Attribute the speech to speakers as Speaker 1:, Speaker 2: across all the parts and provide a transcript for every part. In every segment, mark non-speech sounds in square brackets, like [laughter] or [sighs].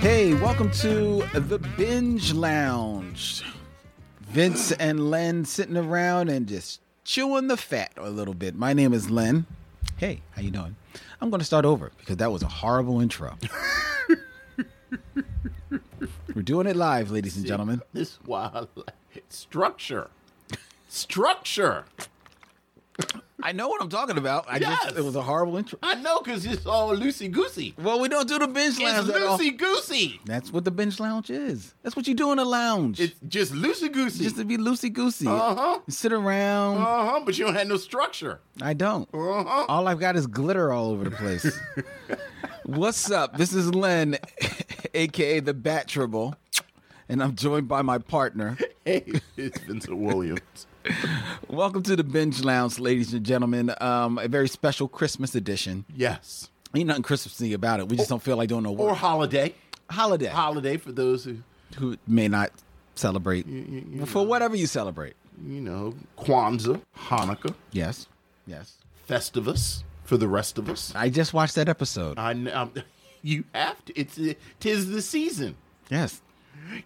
Speaker 1: Hey, welcome to the Binge Lounge. Vince and Len sitting around and just chewing the fat a little bit. My name is Len. Hey, how you doing? I'm going to start over because that was a horrible [laughs] intro. We're doing it live, ladies and gentlemen.
Speaker 2: This wild structure, structure.
Speaker 1: I know what I'm talking about. I
Speaker 2: Yes.
Speaker 1: just it was a horrible intro.
Speaker 2: I know because it's all loosey goosey.
Speaker 1: Well, we don't do the binge
Speaker 2: It's
Speaker 1: lounge at all.
Speaker 2: loosey goosey.
Speaker 1: That's what the binge lounge is. That's what you do in a lounge.
Speaker 2: It's just loosey goosey.
Speaker 1: just to be loosey goosey.
Speaker 2: uh huh.
Speaker 1: Sit around.
Speaker 2: Uh huh. But you don't have no structure.
Speaker 1: I don't.
Speaker 2: Uh huh.
Speaker 1: All I've got is glitter all over the place. What's up? This is Len, [laughs] aka the Bat Tribble, and I'm joined by my partner.
Speaker 2: Hey, it's Vincent Williams.
Speaker 1: Welcome to the Binge Lounge, ladies and gentlemen. Um, a very special Christmas edition.
Speaker 2: Yes.
Speaker 1: Ain't nothing Christmassy about it. We just don't feel like doing no
Speaker 2: Or
Speaker 1: work.
Speaker 2: holiday.
Speaker 1: holiday.
Speaker 2: Holiday for those who,
Speaker 1: who may not celebrate
Speaker 2: you, you-
Speaker 1: for whatever you celebrate.
Speaker 2: you know, Kwanzaa, Hanukkah,
Speaker 1: Yes, yes.
Speaker 2: Festivus for the rest of us.
Speaker 1: I just watched that episode.
Speaker 2: I, know you have to. It's tis the season.
Speaker 1: Yes,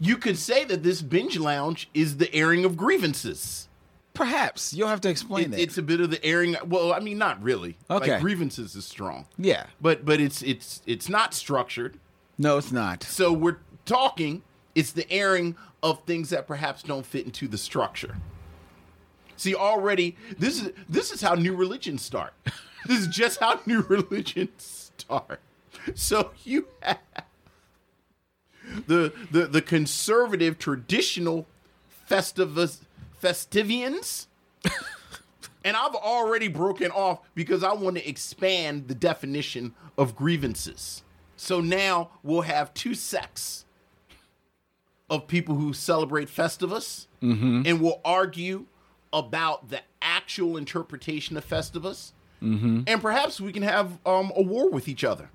Speaker 2: You could say that this binge lounge is the airing of grievances.
Speaker 1: perhaps you'll have to explain
Speaker 2: It-
Speaker 1: it.
Speaker 2: it's a bit of the airing. Well, I mean, not really.
Speaker 1: Okay.
Speaker 2: like, grievances is strong.
Speaker 1: yeah,
Speaker 2: but but it's it's it's not structured.
Speaker 1: no, it's not. [laughs]
Speaker 2: So we're talking. It's the airing of things that perhaps don't fit into the structure. See, already this is this is how new religions start. [laughs] this is just how new [laughs] religions start. So you have the the the conservative traditional festivus festivians. and I've already broken off because I want to expand the definition of grievances. So now we'll have two sects of people who celebrate Festivus and will argue about the actual interpretation of Festivus. And perhaps we can have um, a war with each other.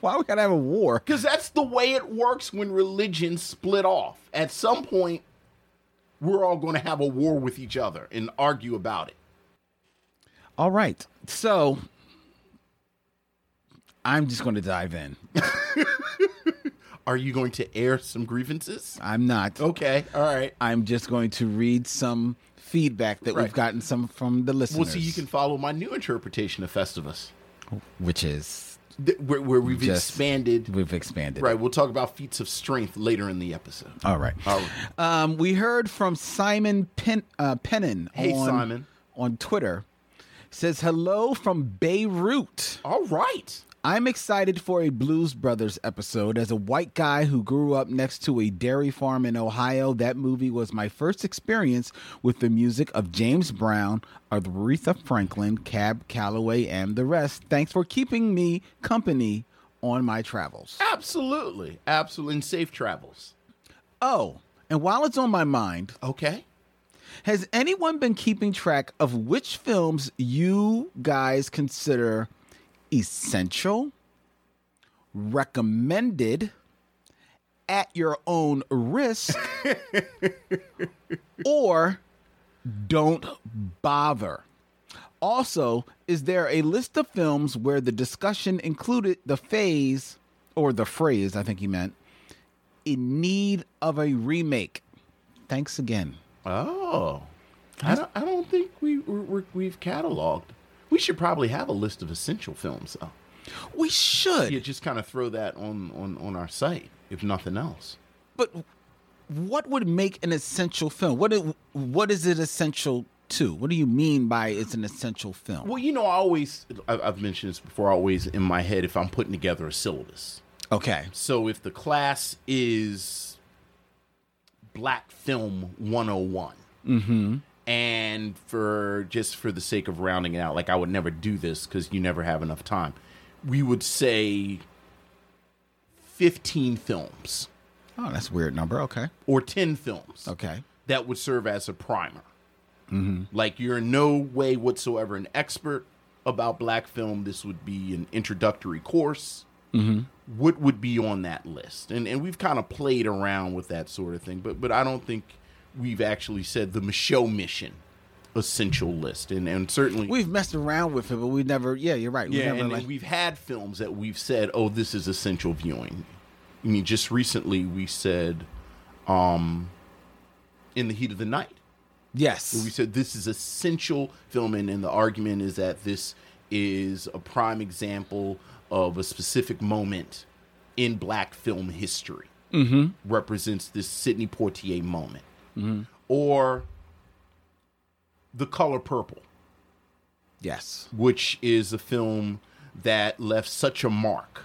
Speaker 1: Why we gotta have a war?
Speaker 2: Because that's the way it works when religions split off. At some point, we're all going to have a war with each other and argue about it.
Speaker 1: All right. So I'm just going to dive in.
Speaker 2: Are you going to air some grievances?
Speaker 1: I'm not.
Speaker 2: Okay, all right.
Speaker 1: I'm just going to read some feedback that we've
Speaker 2: Right.
Speaker 1: gotten some from the listeners.
Speaker 2: Well, so you can follow my new interpretation of Festivus,
Speaker 1: which is
Speaker 2: th- where, where we've
Speaker 1: Just-
Speaker 2: expanded.
Speaker 1: we've expanded.
Speaker 2: Right, we'll talk about feats of strength later in the episode.
Speaker 1: All right.
Speaker 2: All right.
Speaker 1: [sighs] Um, we heard from Simon Pen, uh, Pennon
Speaker 2: Hey,
Speaker 1: on
Speaker 2: Simon.
Speaker 1: on Twitter. Says hello from Beirut.
Speaker 2: All right.
Speaker 1: I'm excited for a Blues Brothers episode. As a white guy who grew up next to a dairy farm in Ohio, that movie was my first experience with the music of James Brown, Aretha Franklin, Cab Calloway, and the rest. Thanks for keeping me company on my travels.
Speaker 2: Absolutely. Absolutely. And safe travels.
Speaker 1: Oh, and while it's on my mind,
Speaker 2: Okay.
Speaker 1: has anyone been keeping track of which films you guys consider essential, recommended, at your own risk, or don't bother? Also, is there a list of films where the discussion included the phase or the phrase, I think he meant, in need of a remake? Thanks again.
Speaker 2: Oh. I don't, I don't think we, we're, we're, we've cataloged. We should probably have a list of essential films, though.
Speaker 1: We should.
Speaker 2: Yeah, just kind of throw that on, on, on our site, if nothing else.
Speaker 1: But what would make an essential film? What it, what is it essential to? What do you mean by it's an essential film?
Speaker 2: Well, you know, I always, I- I've mentioned this before, always in my head if I'm putting together a syllabus.
Speaker 1: Okay.
Speaker 2: So if the class is Black Film 101, mm-hmm. oh and for just for the sake of rounding it out, like I would never do this because you never have enough time. We would say fifteen films
Speaker 1: Oh, that's a weird number. Okay.
Speaker 2: or ten films
Speaker 1: Okay.
Speaker 2: that would serve as a primer. Like you're in no way whatsoever an expert about black film. This would be an introductory course. What would be on that list? And and we've kind of played around with that sort of thing, but but I don't think we've actually said the Michelle Mission essential list. And and certainly
Speaker 1: We've messed around with it, but we never. Yeah, you're right.
Speaker 2: yeah,
Speaker 1: we never
Speaker 2: and,
Speaker 1: like,
Speaker 2: and we've had films that we've said, "Oh, this is essential viewing." I mean, just recently we said, um, "In the Heat of the Night."
Speaker 1: yes.
Speaker 2: We said this is essential filming, and the argument is that this is a prime example of a specific moment in black film history. Mm-hmm. Represents this Sidney Poitier moment. Or The Color Purple,
Speaker 1: yes.
Speaker 2: which is a film that left such a mark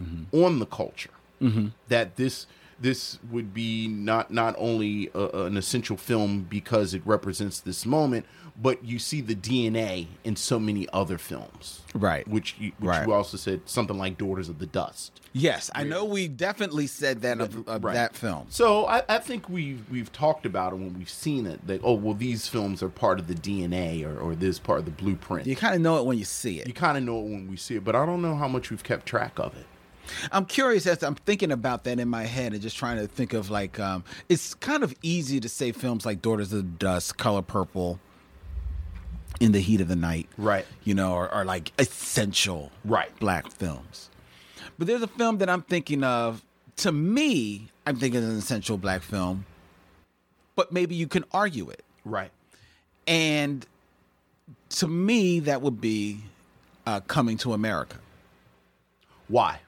Speaker 1: Mm-hmm.
Speaker 2: on the culture that this this would be not not only a, an essential film because it represents this moment, but you see the DNA in so many other films,
Speaker 1: Right.
Speaker 2: Which you, which
Speaker 1: Right.
Speaker 2: you also said something like Daughters of the Dust.
Speaker 1: Yes, I know we definitely said that of, of
Speaker 2: Right.
Speaker 1: that film.
Speaker 2: So I, I think we've we've talked about it when we've seen it that oh well these films are part of the DNA or, or this part of the blueprint.
Speaker 1: You kind of know it when you see it.
Speaker 2: you kind of know it when we see it, but I don't know how much we've kept track of it.
Speaker 1: I'm curious as to, I'm thinking about that in my head and just trying to think of like um, it's kind of easy to say films like Daughters of the Dust, Color Purple, In the Heat of the Night,
Speaker 2: Right.
Speaker 1: You know, are, are like essential,
Speaker 2: Right.
Speaker 1: Black films. But there's a film that I'm thinking of. To me, I'm thinking it's an essential black film, but maybe you can argue it.
Speaker 2: Right.
Speaker 1: And to me, that would be uh, Coming to America.
Speaker 2: Why?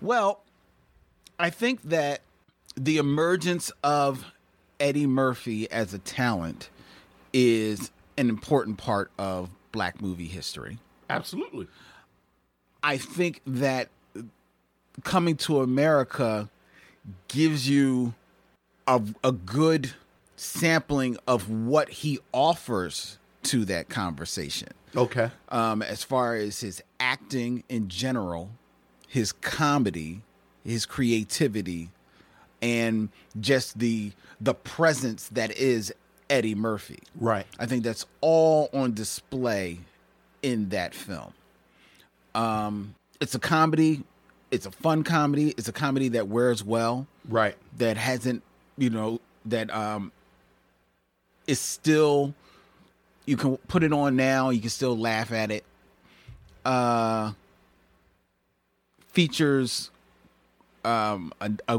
Speaker 1: Well, I think that the emergence of Eddie Murphy as a talent is an important part of black movie history.
Speaker 2: Absolutely.
Speaker 1: I think that coming to America gives you a, a good sampling of what he offers to that conversation
Speaker 2: Okay.
Speaker 1: um, as far as his acting in general, his comedy, his creativity, and just the the presence that is Eddie Murphy.
Speaker 2: Right.
Speaker 1: I think that's all on display in that film. Um, it's a comedy. It's a fun comedy. It's a comedy that wears well
Speaker 2: Right.
Speaker 1: that hasn't you know that um is still you can put it on now you can still laugh at it uh features um a, a,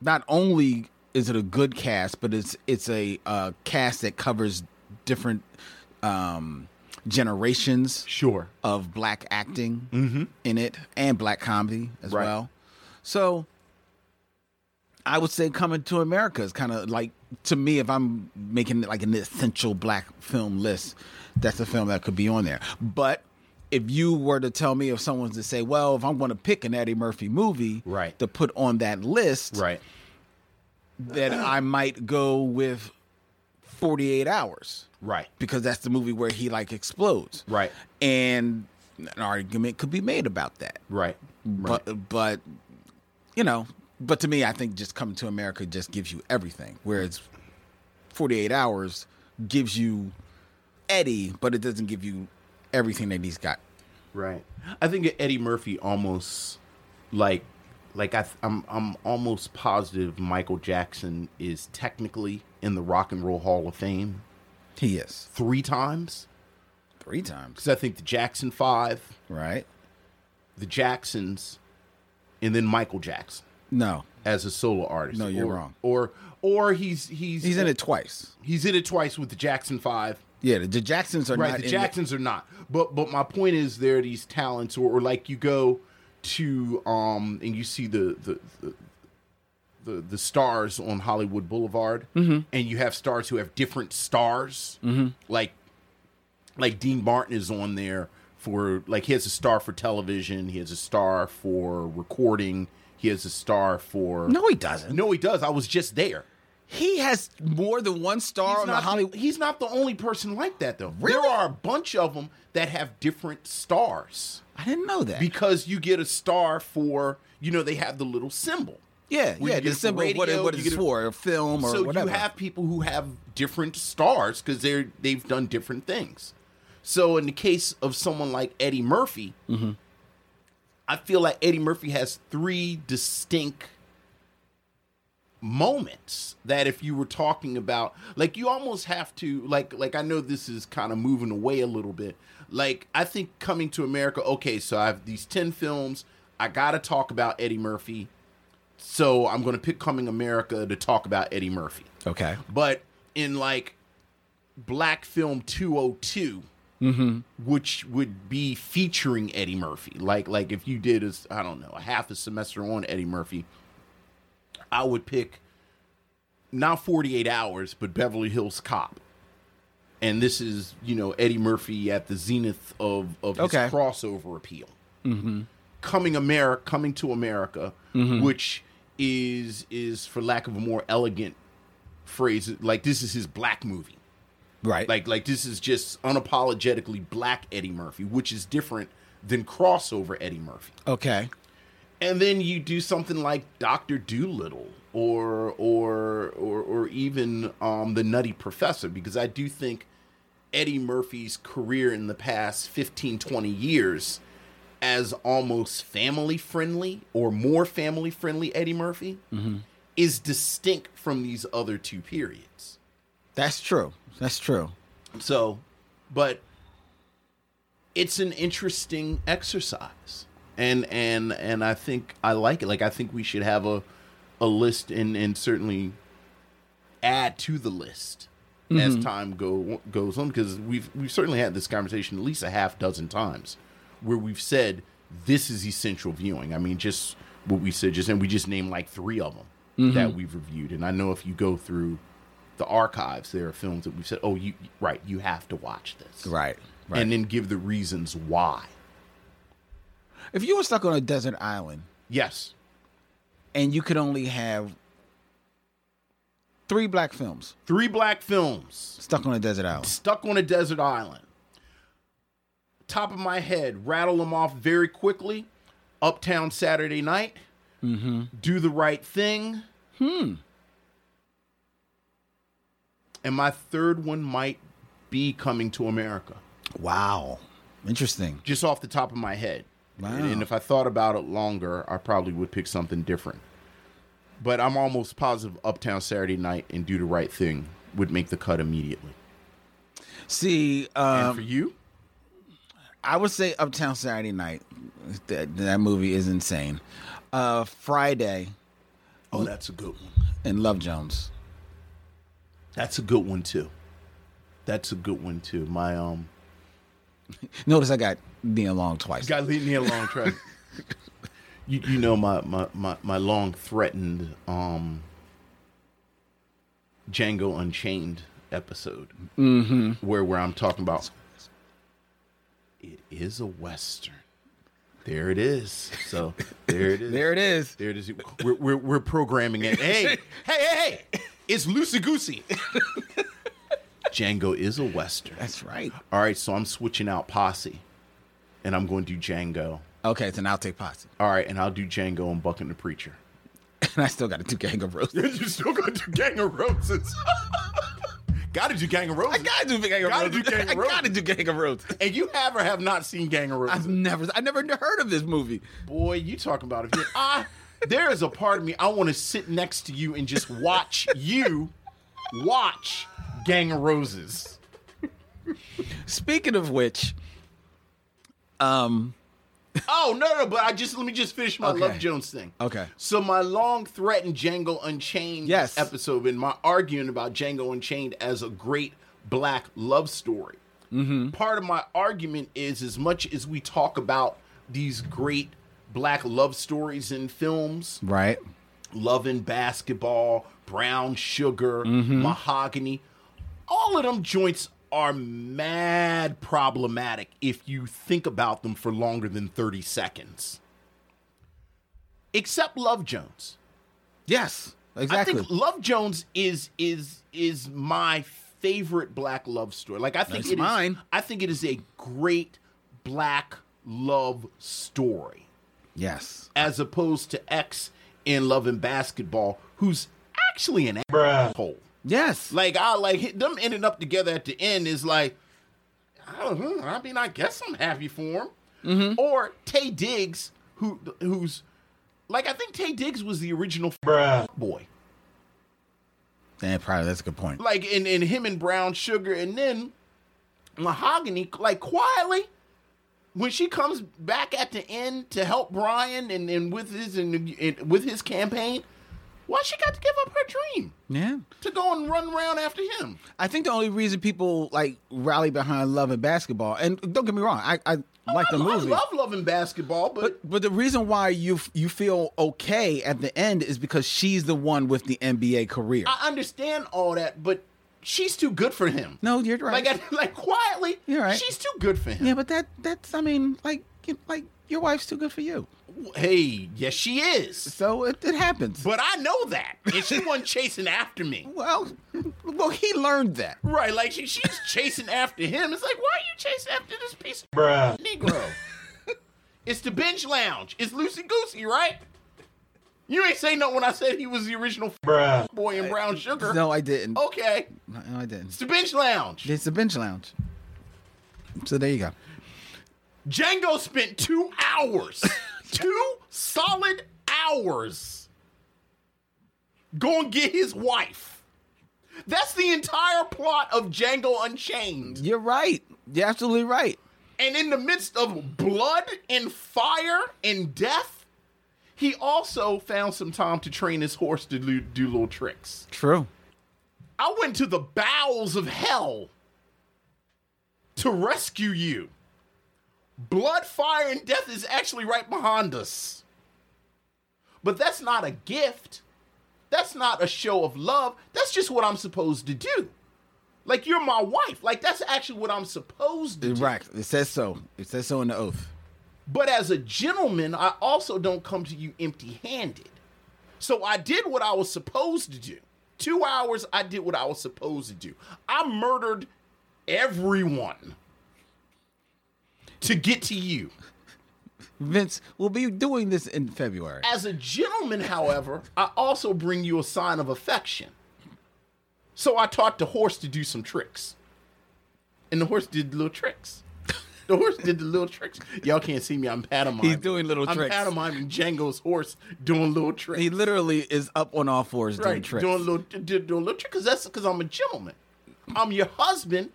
Speaker 1: not only is it a good cast but it's it's a uh cast that covers different um generations
Speaker 2: Sure.
Speaker 1: of black acting in it and black comedy as
Speaker 2: Mm-hmm. Right.
Speaker 1: well. So I would say coming to America is kind of like to me if I'm making it like an essential black film list, that's a film that could be on there. But if you were to tell me if someone's to say, well, if I'm going to pick an Eddie Murphy movie
Speaker 2: Right.
Speaker 1: to put on that list,
Speaker 2: Right.
Speaker 1: then I might go with 48 Hours
Speaker 2: Right.
Speaker 1: because that's the movie where he like explodes.
Speaker 2: Right.
Speaker 1: And an argument could be made about that.
Speaker 2: Right. Right.
Speaker 1: But but you know, but to me I think just coming to America just gives you everything. Whereas 48 hours gives you Eddie, but it doesn't give you everything that he's got.
Speaker 2: Right. I think Eddie Murphy almost like like I th- I'm I'm almost positive Michael Jackson is technically in the Rock and Roll Hall of Fame
Speaker 1: He is.
Speaker 2: 3 times
Speaker 1: Three times.
Speaker 2: cuz I think the Jackson 5,
Speaker 1: Right?
Speaker 2: the Jacksons and then Michael Jackson
Speaker 1: No.
Speaker 2: as a solo artist.
Speaker 1: No, you're
Speaker 2: Or-
Speaker 1: wrong.
Speaker 2: Or or he's he's
Speaker 1: He's in it twice.
Speaker 2: He's in it twice with the Jackson 5.
Speaker 1: Yeah, the, the Jacksons are
Speaker 2: right
Speaker 1: not
Speaker 2: the
Speaker 1: in
Speaker 2: jacksons are not but but my point is there are these talents or, or like you go to um and you see the the the, the, the stars on hollywood boulevard
Speaker 1: Mm-hmm.
Speaker 2: and you have stars who have different stars like like dean martin is on there for like he has a star for television he has a star for recording he has a star for
Speaker 1: No, he doesn't.
Speaker 2: no he does i was just there
Speaker 1: He has more than one star
Speaker 2: He's
Speaker 1: on the
Speaker 2: not,
Speaker 1: Hollywood.
Speaker 2: he's not the only person like that, though.
Speaker 1: Really?
Speaker 2: There are a bunch of them that have different stars
Speaker 1: I didn't know that.
Speaker 2: because you get a star for, you know, they have the little symbol.
Speaker 1: yeah,
Speaker 2: Well,
Speaker 1: yeah.
Speaker 2: you get
Speaker 1: The
Speaker 2: it for
Speaker 1: symbol of what, it,
Speaker 2: radio,
Speaker 1: what
Speaker 2: you
Speaker 1: it's
Speaker 2: get it-
Speaker 1: for, a film or
Speaker 2: so
Speaker 1: whatever.
Speaker 2: you have people who have different stars because they're they've done different things. So in the case of someone like Eddie Murphy,
Speaker 1: Mm-hmm.
Speaker 2: I feel like Eddie Murphy has three distinct moments that if you were talking about like you almost have to like like I know this is kind of moving away a little bit. Like I think coming to America, okay, so I have these 10 films, I got to talk about Eddie Murphy. So I'm going to pick Coming America to talk about Eddie Murphy.
Speaker 1: okay.
Speaker 2: But in like Black Film 202, which would be featuring Eddie Murphy, like like if you did as I don't know a half a semester on Eddie Murphy, I would pick not 48 hours, but Beverly Hills Cop. And this is, you know, Eddie Murphy at the zenith of, of his
Speaker 1: Okay.
Speaker 2: crossover appeal. Coming America, coming to America, which is is for lack of a more elegant phrase, like this is his black movie.
Speaker 1: Right.
Speaker 2: Like like this is just unapologetically black Eddie Murphy, which is different than crossover Eddie Murphy
Speaker 1: okay.
Speaker 2: and then you do something like Doctor Doolittle or or or or even um, the Nutty Professor because I do think Eddie Murphy's career in the past 15 20 years as almost family friendly or more family friendly Eddie Murphy is distinct from these other two periods.
Speaker 1: That's true. That's true.
Speaker 2: So, but it's an interesting exercise, and and and I think I like it. Like I think we should have a a list and and certainly add to the list as time go goes on because we've we've certainly had this conversation at least a half dozen times where we've said this is essential viewing. I mean, just what we said just and we just named like three of them that we've reviewed, and I know if you go through the archives, there are films that we've said, oh, you right, you have to watch this,
Speaker 1: Right. Right.
Speaker 2: and then give the reasons why.
Speaker 1: if you were stuck on a desert island
Speaker 2: Yes,
Speaker 1: and you could only have three black films
Speaker 2: three black films
Speaker 1: stuck on a desert island,
Speaker 2: stuck on a desert island. Top of my head, rattle them off very quickly. Uptown Saturday Night, Do the Right Thing. Hmm. And my third one might be Coming to America.
Speaker 1: wow, interesting.
Speaker 2: just off the top of my head.
Speaker 1: Wow.
Speaker 2: And, and if I thought about it longer, I probably would pick something different. But I'm almost positive Uptown Saturday Night and Do the Right Thing would make the cut immediately.
Speaker 1: See,
Speaker 2: and
Speaker 1: um,
Speaker 2: for you,
Speaker 1: I would say Uptown Saturday Night. That, that movie is insane. Uh, Friday
Speaker 2: oh, that's a good one.
Speaker 1: and Love Jones.
Speaker 2: That's a good one too. That's a good one too. My um,
Speaker 1: Notice I got Neil Long twice.
Speaker 2: got leave me alone, Trevor. [laughs] you you know my my my, my long threatened um Django Unchained episode
Speaker 1: Mm-hmm.
Speaker 2: where where I'm talking about it is a western. There it is. So there it
Speaker 1: [laughs]
Speaker 2: is.
Speaker 1: there it is.
Speaker 2: There it is. We're we're, we're programming it. Hey
Speaker 1: [laughs]
Speaker 2: hey hey hey! It's loosey goosey. [laughs] Django is a western.
Speaker 1: That's right.
Speaker 2: All right, so I'm switching out posse, and I'm going to do Django.
Speaker 1: Okay, it's an outtake posse.
Speaker 2: All right, and I'll do Django and Bucking the Preacher. [laughs]
Speaker 1: And I still got a two gang of roast.
Speaker 2: You're still gonna do Gang of Roses. [laughs] gotta do Gang of Roses.
Speaker 1: I gotta do gang of
Speaker 2: [laughs] Gotta
Speaker 1: roast.
Speaker 2: do Gang of
Speaker 1: I gotta
Speaker 2: Roses.
Speaker 1: do gang of roast.
Speaker 2: and you have or have not seen Gang of Roses.
Speaker 1: I've never, I never heard of this movie.
Speaker 2: Boy, you talking about it. I there is a part of me I want to sit next to you and just watch you watch Gang of Roses.
Speaker 1: Speaking of which, um,
Speaker 2: [laughs] Oh no, no, but I just let me just finish my
Speaker 1: Okay.
Speaker 2: Love Jones thing.
Speaker 1: Okay.
Speaker 2: So my long threatened Django Unchained
Speaker 1: Yes.
Speaker 2: episode and my arguing about Django Unchained as a great black love story.
Speaker 1: Mm-hmm.
Speaker 2: Part of my argument is as much as we talk about these great black love stories in films,
Speaker 1: right?
Speaker 2: Love and Basketball, Brown Sugar,
Speaker 1: Mm-hmm.
Speaker 2: Mahogany. All of them joints are mad problematic if you think about them for longer than 30 seconds. Except Love Jones.
Speaker 1: Yes, Exactly.
Speaker 2: I think Love Jones is is is my favorite black love story. Like I think
Speaker 1: That's
Speaker 2: it is-
Speaker 1: mine.
Speaker 2: I think it is a great black love story
Speaker 1: yes.
Speaker 2: as opposed to X in Love and Basketball, who's actually an asshole.
Speaker 1: Yes.
Speaker 2: Like I like hit them ending up together at the end is like, I don't know. I mean, I guess I'm happy for him. Or Tay Diggs, who who's like I think Tay Diggs was the original boy.
Speaker 1: Damn, probably that's a good point.
Speaker 2: Like in in him and Brown Sugar, and then Mahogany like quietly. When she comes back at the end to help Brian and, and with his and, and with his campaign, why she got to give up her dream
Speaker 1: Yeah.
Speaker 2: to go and run around after him?
Speaker 1: I think the only reason people like rally behind love and basketball, and don't get me wrong, I, I like the
Speaker 2: Oh, I,
Speaker 1: movie.
Speaker 2: I love loving basketball, but
Speaker 1: but but the reason why you f- you feel okay at the end is because she's the one with the NBA career.
Speaker 2: I understand all that, but she's too good for him.
Speaker 1: no, you're right.
Speaker 2: Like, I, like quietly,
Speaker 1: You're right.
Speaker 2: she's too good for him.
Speaker 1: yeah, but that that's I mean like you- like your wife's too good for you,
Speaker 2: hey, yes, she is.
Speaker 1: so it, it happens.
Speaker 2: But I know that, and she wasn't chasing after me.
Speaker 1: well, [laughs] well, he learned that.
Speaker 2: Right, like she, she's chasing after him. It's like, why are you chasing after this piece of Bruh. [laughs] Negro? it's the bench lounge. It's loosey goosey, right? You ain't say nothing when I said he was the original Bruh. boy in brown sugar.
Speaker 1: No, I didn't.
Speaker 2: Okay,
Speaker 1: Oh. No, no, I didn't.
Speaker 2: it's the bench lounge.
Speaker 1: It's the bench lounge. So there you go.
Speaker 2: Django spent two hours, two solid hours, going get his wife. That's the entire plot of Django Unchained.
Speaker 1: You're right. You're absolutely right.
Speaker 2: And in the midst of blood and fire and death, he also found some time to train his horse to do, do little tricks.
Speaker 1: True.
Speaker 2: I went to the bowels of hell to rescue you. Blood, fire, and death is actually right behind us. But that's not a gift. That's not a show of love. That's just what I'm supposed to do. Like, you're my wife. Like, that's actually what I'm supposed to do.
Speaker 1: Right. It says so. It says so in the oath.
Speaker 2: But as a gentleman, I also don't come to you empty handed. So I did what I was supposed to do. Two hours, I did what I was supposed to do. I murdered everyone to get to you.
Speaker 1: Vince will be doing this in February.
Speaker 2: As a gentleman, however, I also bring you a sign of affection. So I taught the horse to do some tricks. And the horse did little tricks. [laughs] The horse did the little tricks. Y'all can't see me. I'm pantomiming.
Speaker 1: He's doing little
Speaker 2: I'm
Speaker 1: tricks.
Speaker 2: pantomiming Django's horse doing little tricks.
Speaker 1: He literally is up on all fours doing
Speaker 2: right,
Speaker 1: tricks.
Speaker 2: doing little doing little tricks. Cause that's because I'm a gentleman. I'm your husband,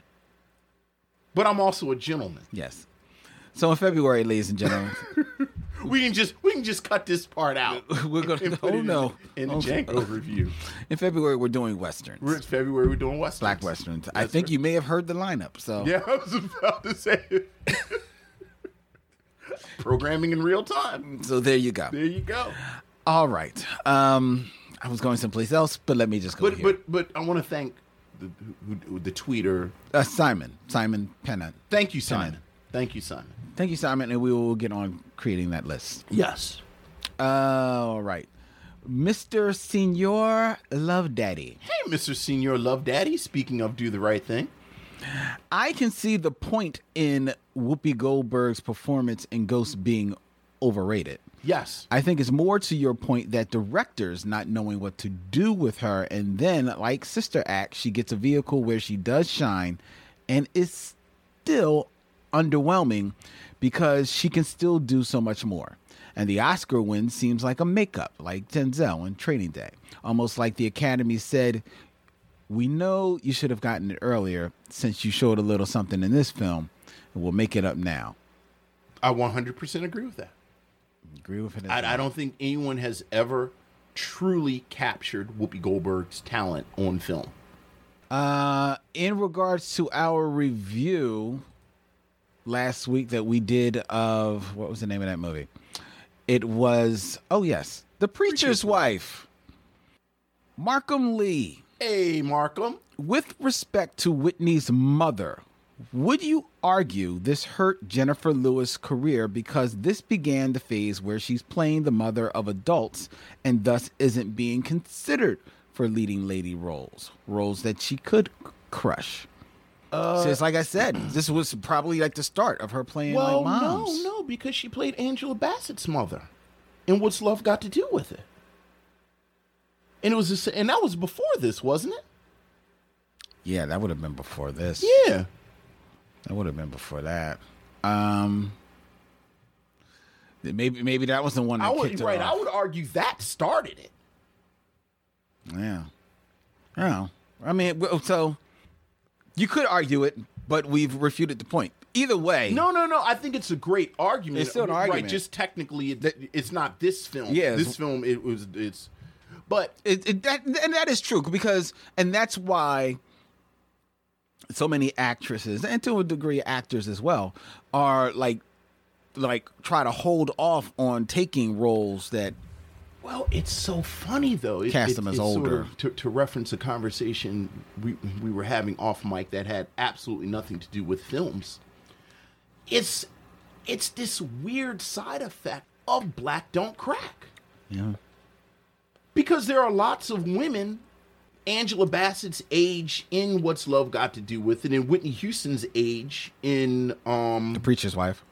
Speaker 2: but I'm also a gentleman.
Speaker 1: yes. So in February, ladies and gentlemen, [laughs]
Speaker 2: We can just we can just cut this part out.
Speaker 1: We're gonna-
Speaker 2: and
Speaker 1: [laughs]
Speaker 2: put
Speaker 1: oh,
Speaker 2: it in-
Speaker 1: no.
Speaker 2: in the
Speaker 1: Oh,
Speaker 2: Django review.
Speaker 1: in February we're doing westerns,
Speaker 2: We're in February. We're doing West
Speaker 1: black westerns. I think you may have heard the lineup. So
Speaker 2: Yeah, I was about to say it. [laughs] Programming in real time.
Speaker 1: so there you go.
Speaker 2: There you go.
Speaker 1: All right. Um, I was going someplace else, but let me just go
Speaker 2: But
Speaker 1: here.
Speaker 2: but but I want to thank the who, who, the tweeter.
Speaker 1: uh, Simon, Simon Pennant.
Speaker 2: Thank you, Simon. Thank you, Simon.
Speaker 1: Thank you, Simon, and we will get on creating that list. Uh,
Speaker 2: Yes.
Speaker 1: all right, Mr. Senor Love Daddy.
Speaker 2: Hey, Mr. Senior Love Daddy. Speaking of do the right thing.
Speaker 1: I can see the point in Whoopi Goldberg's performance in Ghost being overrated.
Speaker 2: Yes.
Speaker 1: I think it's more to your point that directors not knowing what to do with her, and then, like Sister Act, she gets a vehicle where she does shine and is still underwhelming because she can still do so much more. And the Oscar win seems like a makeup, like Denzel in Training Day. Almost like the Academy said, we know you should have gotten it earlier since you showed a little something in this film, and we'll make it up now.
Speaker 2: I 100% agree with that.
Speaker 1: Agree with it?
Speaker 2: I, I don't think anyone has ever truly captured Whoopi Goldberg's talent on film.
Speaker 1: Uh, in regards to our review last week that we did of what was the name of that movie? It was oh yes, The Preacher's, Wife. Markham Lee.
Speaker 2: Hey, Markham.
Speaker 1: With respect to Whitney's mother, Would you argue this hurt Jennifer Lewis' career because this began the phase where she's playing the mother of adults and thus isn't being considered for leading lady roles, roles that she could c- crush?
Speaker 2: Uh,
Speaker 1: so it's like I said, this was probably like the start of her playing
Speaker 2: Well,
Speaker 1: like moms.
Speaker 2: no, no, because she played Angela Bassett's mother, and what's love got to do with it? And it was just, and that was before this, wasn't it?
Speaker 1: Yeah, that would have been before this.
Speaker 2: Yeah.
Speaker 1: That would have been before that. Um, maybe maybe that was the one that
Speaker 2: I
Speaker 1: kicked
Speaker 2: would
Speaker 1: her
Speaker 2: right.
Speaker 1: off.
Speaker 2: I would argue that started it.
Speaker 1: Yeah. Yeah. I mean, well, so you could argue it, but we've refuted the point. Either way,
Speaker 2: No, no, no. I think it's a great argument.
Speaker 1: It's still an
Speaker 2: right,
Speaker 1: argument.
Speaker 2: Just technically, it, it's not this film.
Speaker 1: Yeah, it's-
Speaker 2: this film it was. It's, but
Speaker 1: it, it, that and that is true because and that's why so many actresses and to a degree actors as well are like like try to hold off on taking roles that
Speaker 2: Well, it's so funny though. It,
Speaker 1: Cast
Speaker 2: it-
Speaker 1: them as
Speaker 2: it's
Speaker 1: older.
Speaker 2: Sort of to, to reference a conversation we we were having off mic that had absolutely nothing to do with films. It's it's this weird side effect of black don't crack
Speaker 1: yeah
Speaker 2: because there are lots of women Angela Bassett's age in What's Love Got to Do with It, and Whitney Houston's age in um
Speaker 1: preacher's wife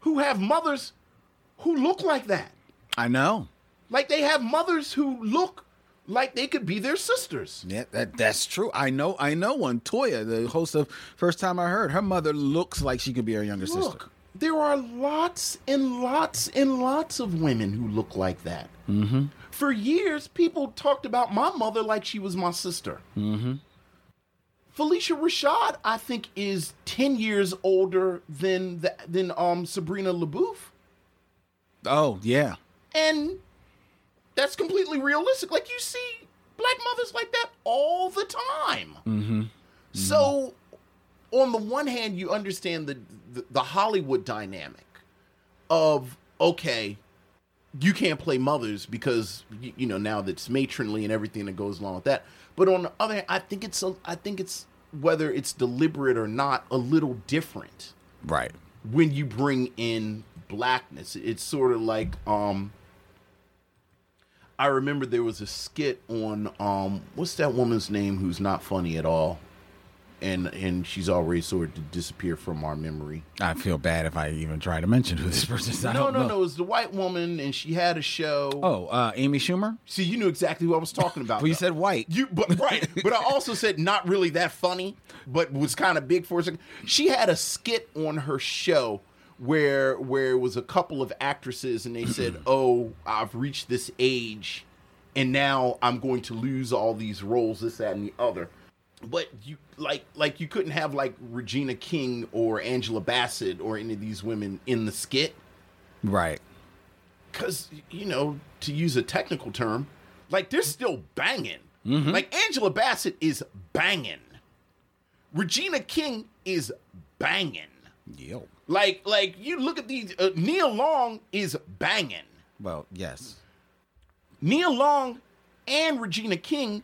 Speaker 2: who have mothers who look like that.
Speaker 1: i know
Speaker 2: Like they have mothers who look like they could be their sisters.
Speaker 1: Yeah, that that's true. I know. I know one. Toya, the host of First Time I Heard, her mother looks like she could be her younger sister.
Speaker 2: Look, there are lots and lots and lots of women who look like that. Mm-hmm. For years, people talked about my mother like she was my sister. Mm-hmm. Felicia Rashad, I think, is ten years older than the, than um Sabrina LaBeouf,
Speaker 1: Oh yeah,
Speaker 2: and that's completely realistic. Like you see black mothers like that all the time. So, on the one hand, you understand the, the the Hollywood dynamic of okay, you can't play mothers because you, you know now that's matronly and everything that goes along with that. But on the other hand, I think it's a, I think it's whether it's deliberate or not, a little different
Speaker 1: right.
Speaker 2: when you bring in blackness it's sort of like um i remember there was a skit on um what's that woman's name who's not funny at all and and she's already sort of disappeared from our memory
Speaker 1: I feel bad if I even try to mention who this person is. I
Speaker 2: no
Speaker 1: don't
Speaker 2: no
Speaker 1: know.
Speaker 2: no it was the white woman and she had a show
Speaker 1: Oh, uh, Amy Schumer.
Speaker 2: see you knew exactly who i was talking about
Speaker 1: Well, Oh, you
Speaker 2: though.
Speaker 1: said white.
Speaker 2: You but right, but I also said not really that funny, but was kind of big for a second. She had a skit on her show where where it was a couple of actresses and they said, "Oh, I've reached this age, and now I'm going to lose all these roles, this, that, and the other." But you like like you couldn't have like Regina King or Angela Bassett or any of these women in the skit
Speaker 1: right.
Speaker 2: because you know to use a technical term like they're still banging like angela bassett is banging regina king is banging
Speaker 1: Yo.
Speaker 2: like like you look at these uh, neil long is banging
Speaker 1: Well, yes.
Speaker 2: neil long and regina king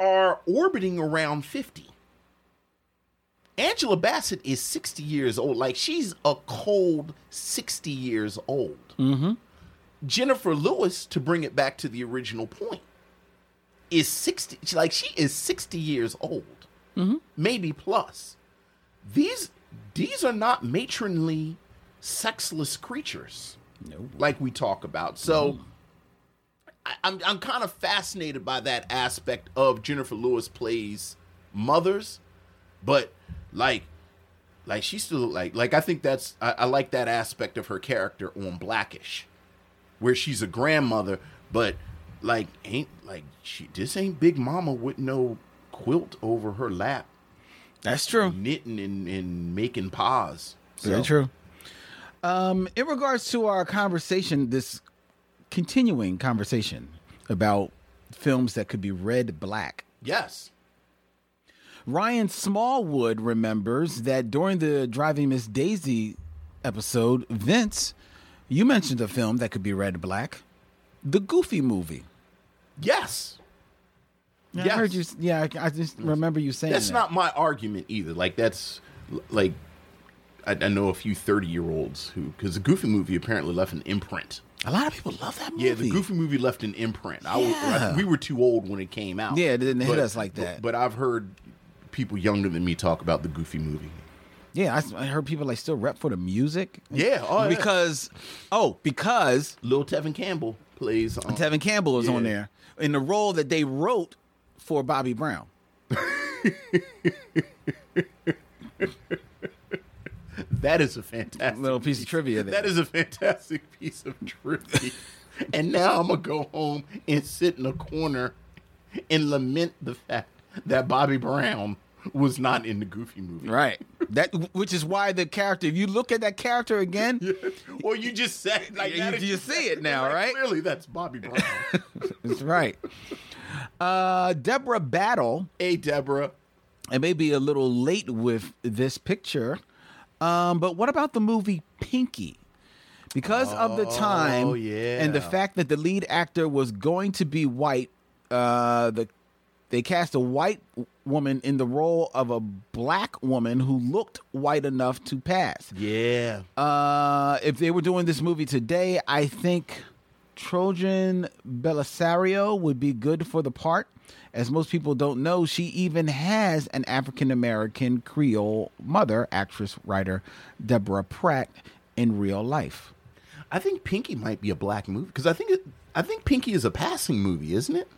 Speaker 2: are orbiting around 50 angela bassett is 60 years old like she's a cold 60 years old Jennifer Lewis, to bring it back to the original point, is 60. she- Like, she is 60 years old, maybe plus. These, these are not matronly, sexless creatures
Speaker 1: No.
Speaker 2: like we talk about. So I, I'm, I'm kind of fascinated by that aspect of Jennifer Lewis plays mothers, but like, like she still look like like I think that's I, I like that aspect of her character on Blackish, where she's a grandmother, but like ain't like she this ain't Big Mama with no quilt over her lap
Speaker 1: That's true.
Speaker 2: knitting and, and making paws.
Speaker 1: Very
Speaker 2: So-
Speaker 1: true. Um, in regards to our conversation, this continuing conversation about films that could be red black.
Speaker 2: Yes.
Speaker 1: Ryan Smallwood remembers that during the Driving Miss Daisy episode, Vince, you mentioned a film that could be red black, the Goofy movie.
Speaker 2: Yes.
Speaker 1: Yeah, I heard you. Yeah, I, I just remember you saying
Speaker 2: That's
Speaker 1: that.
Speaker 2: not my argument either. Like that's l- like I, I know a few thirty year olds who because the Goofy movie apparently left an imprint.
Speaker 1: A lot of people love that movie.
Speaker 2: Yeah, the Goofy movie left an imprint. I was,
Speaker 1: Yeah.
Speaker 2: we were too old when it came out.
Speaker 1: Yeah, it didn't hit us like that.
Speaker 2: But, I've heard people younger than me talk about the Goofy movie.
Speaker 1: Yeah, I s- I, heard people like still rep for the music.
Speaker 2: Yeah, oh, yeah.
Speaker 1: because oh, because
Speaker 2: Lil Tevin Campbell plays. Um,
Speaker 1: Tevin Campbell is on
Speaker 2: Yeah.
Speaker 1: there in the role that they wrote for Bobby Brown.
Speaker 2: That is a fantastic
Speaker 1: Little piece of trivia there.
Speaker 2: That is a fantastic [laughs] piece of trivia. and now I'm gonna go home and sit in a corner and lament the fact that Bobby Brown was not in the Goofy movie.
Speaker 1: Right. That which is why the character. If you look at that character again,
Speaker 2: [laughs] Well, you just said like
Speaker 1: Yeah, you-
Speaker 2: that is-
Speaker 1: you see it now,
Speaker 2: [laughs] like,
Speaker 1: right?
Speaker 2: Clearly, that's Bobby
Speaker 1: [laughs]
Speaker 2: Brown.
Speaker 1: that's right. Uh, Deborah Battle.
Speaker 2: hey, Deborah.
Speaker 1: I may be a little late with this picture, um, but what about the movie Pinky? Because of the time and the
Speaker 2: yeah.
Speaker 1: fact that the lead actor was going to be white, uh, the they cast a white woman in the role of a black woman who looked white enough to pass.
Speaker 2: Yeah.
Speaker 1: Uh, if they were doing this movie today, I think Trojan Belisario would be good for the part. As most people don't know, she even has an African American Creole mother, actress, writer Deborah Pratt, in real life.
Speaker 2: I think Pinky might be a black movie because I think it, I think Pinky is a passing movie, isn't it?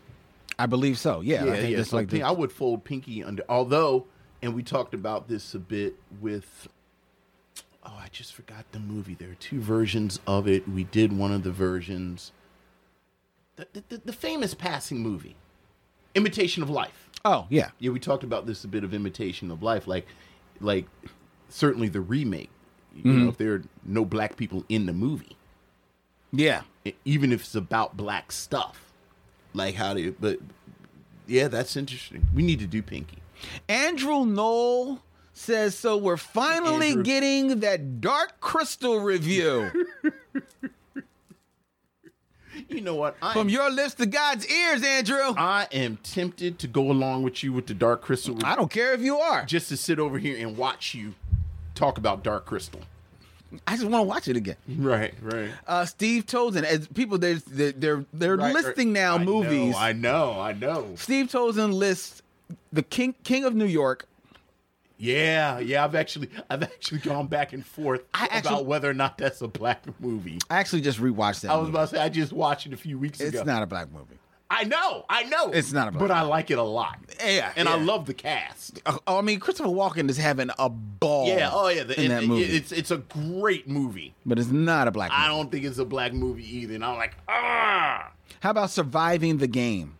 Speaker 1: I believe so. Yeah, I think it's
Speaker 2: so
Speaker 1: like
Speaker 2: Pink-
Speaker 1: the,
Speaker 2: I would fold Pinky under. Although, and we talked about this a bit with. Oh, I just forgot the movie. There are two versions of it. We did one of the versions. The, the, the, the famous passing movie, Imitation of Life.
Speaker 1: oh yeah,
Speaker 2: Yeah, we talked about this a bit of Imitation of Life. Like, like certainly the remake. You
Speaker 1: Mm-hmm.
Speaker 2: know, if there are no black people in the movie,
Speaker 1: yeah.
Speaker 2: e- even if it's about black stuff, like how do you, but yeah, that's interesting. We need to do Pinky.
Speaker 1: Andrew Knoll says so. We're finally
Speaker 2: Andrew.
Speaker 1: getting that Dark Crystal [laughs] review.
Speaker 2: You know what? I,
Speaker 1: From
Speaker 2: am,
Speaker 1: your lips to God's ears, Andrew.
Speaker 2: I am tempted to go along with you with the Dark Crystal,
Speaker 1: I don't care if you are.
Speaker 2: just to sit over here and watch you talk about Dark Crystal.
Speaker 1: I just want to watch it again.
Speaker 2: Right, right.
Speaker 1: uh, Steve Tozen. As people, there's they're they're, they're listing now
Speaker 2: er, I know,
Speaker 1: movies.
Speaker 2: I know, I know.
Speaker 1: Steve Tozen lists the King King of New York.
Speaker 2: Yeah, yeah. I've actually, I've actually gone back and forth
Speaker 1: I actually-
Speaker 2: about whether or not that's a black movie.
Speaker 1: I actually just rewatched that.
Speaker 2: I was
Speaker 1: movie.
Speaker 2: about to say I just watched it a few weeks
Speaker 1: it's
Speaker 2: ago.
Speaker 1: not a black movie.
Speaker 2: I know, I know.
Speaker 1: It's not a black
Speaker 2: but I like it a lot.
Speaker 1: Yeah,
Speaker 2: and I
Speaker 1: yeah.
Speaker 2: love the cast.
Speaker 1: Uh, I mean, Christopher Walken is having a ball.
Speaker 2: Yeah, oh yeah, the,
Speaker 1: in
Speaker 2: and
Speaker 1: that
Speaker 2: it-
Speaker 1: movie,
Speaker 2: it's it's a great movie.
Speaker 1: but it's not a black.
Speaker 2: I
Speaker 1: movie.
Speaker 2: don't think it's a black movie either. And I'm like, ah.
Speaker 1: How about surviving the game?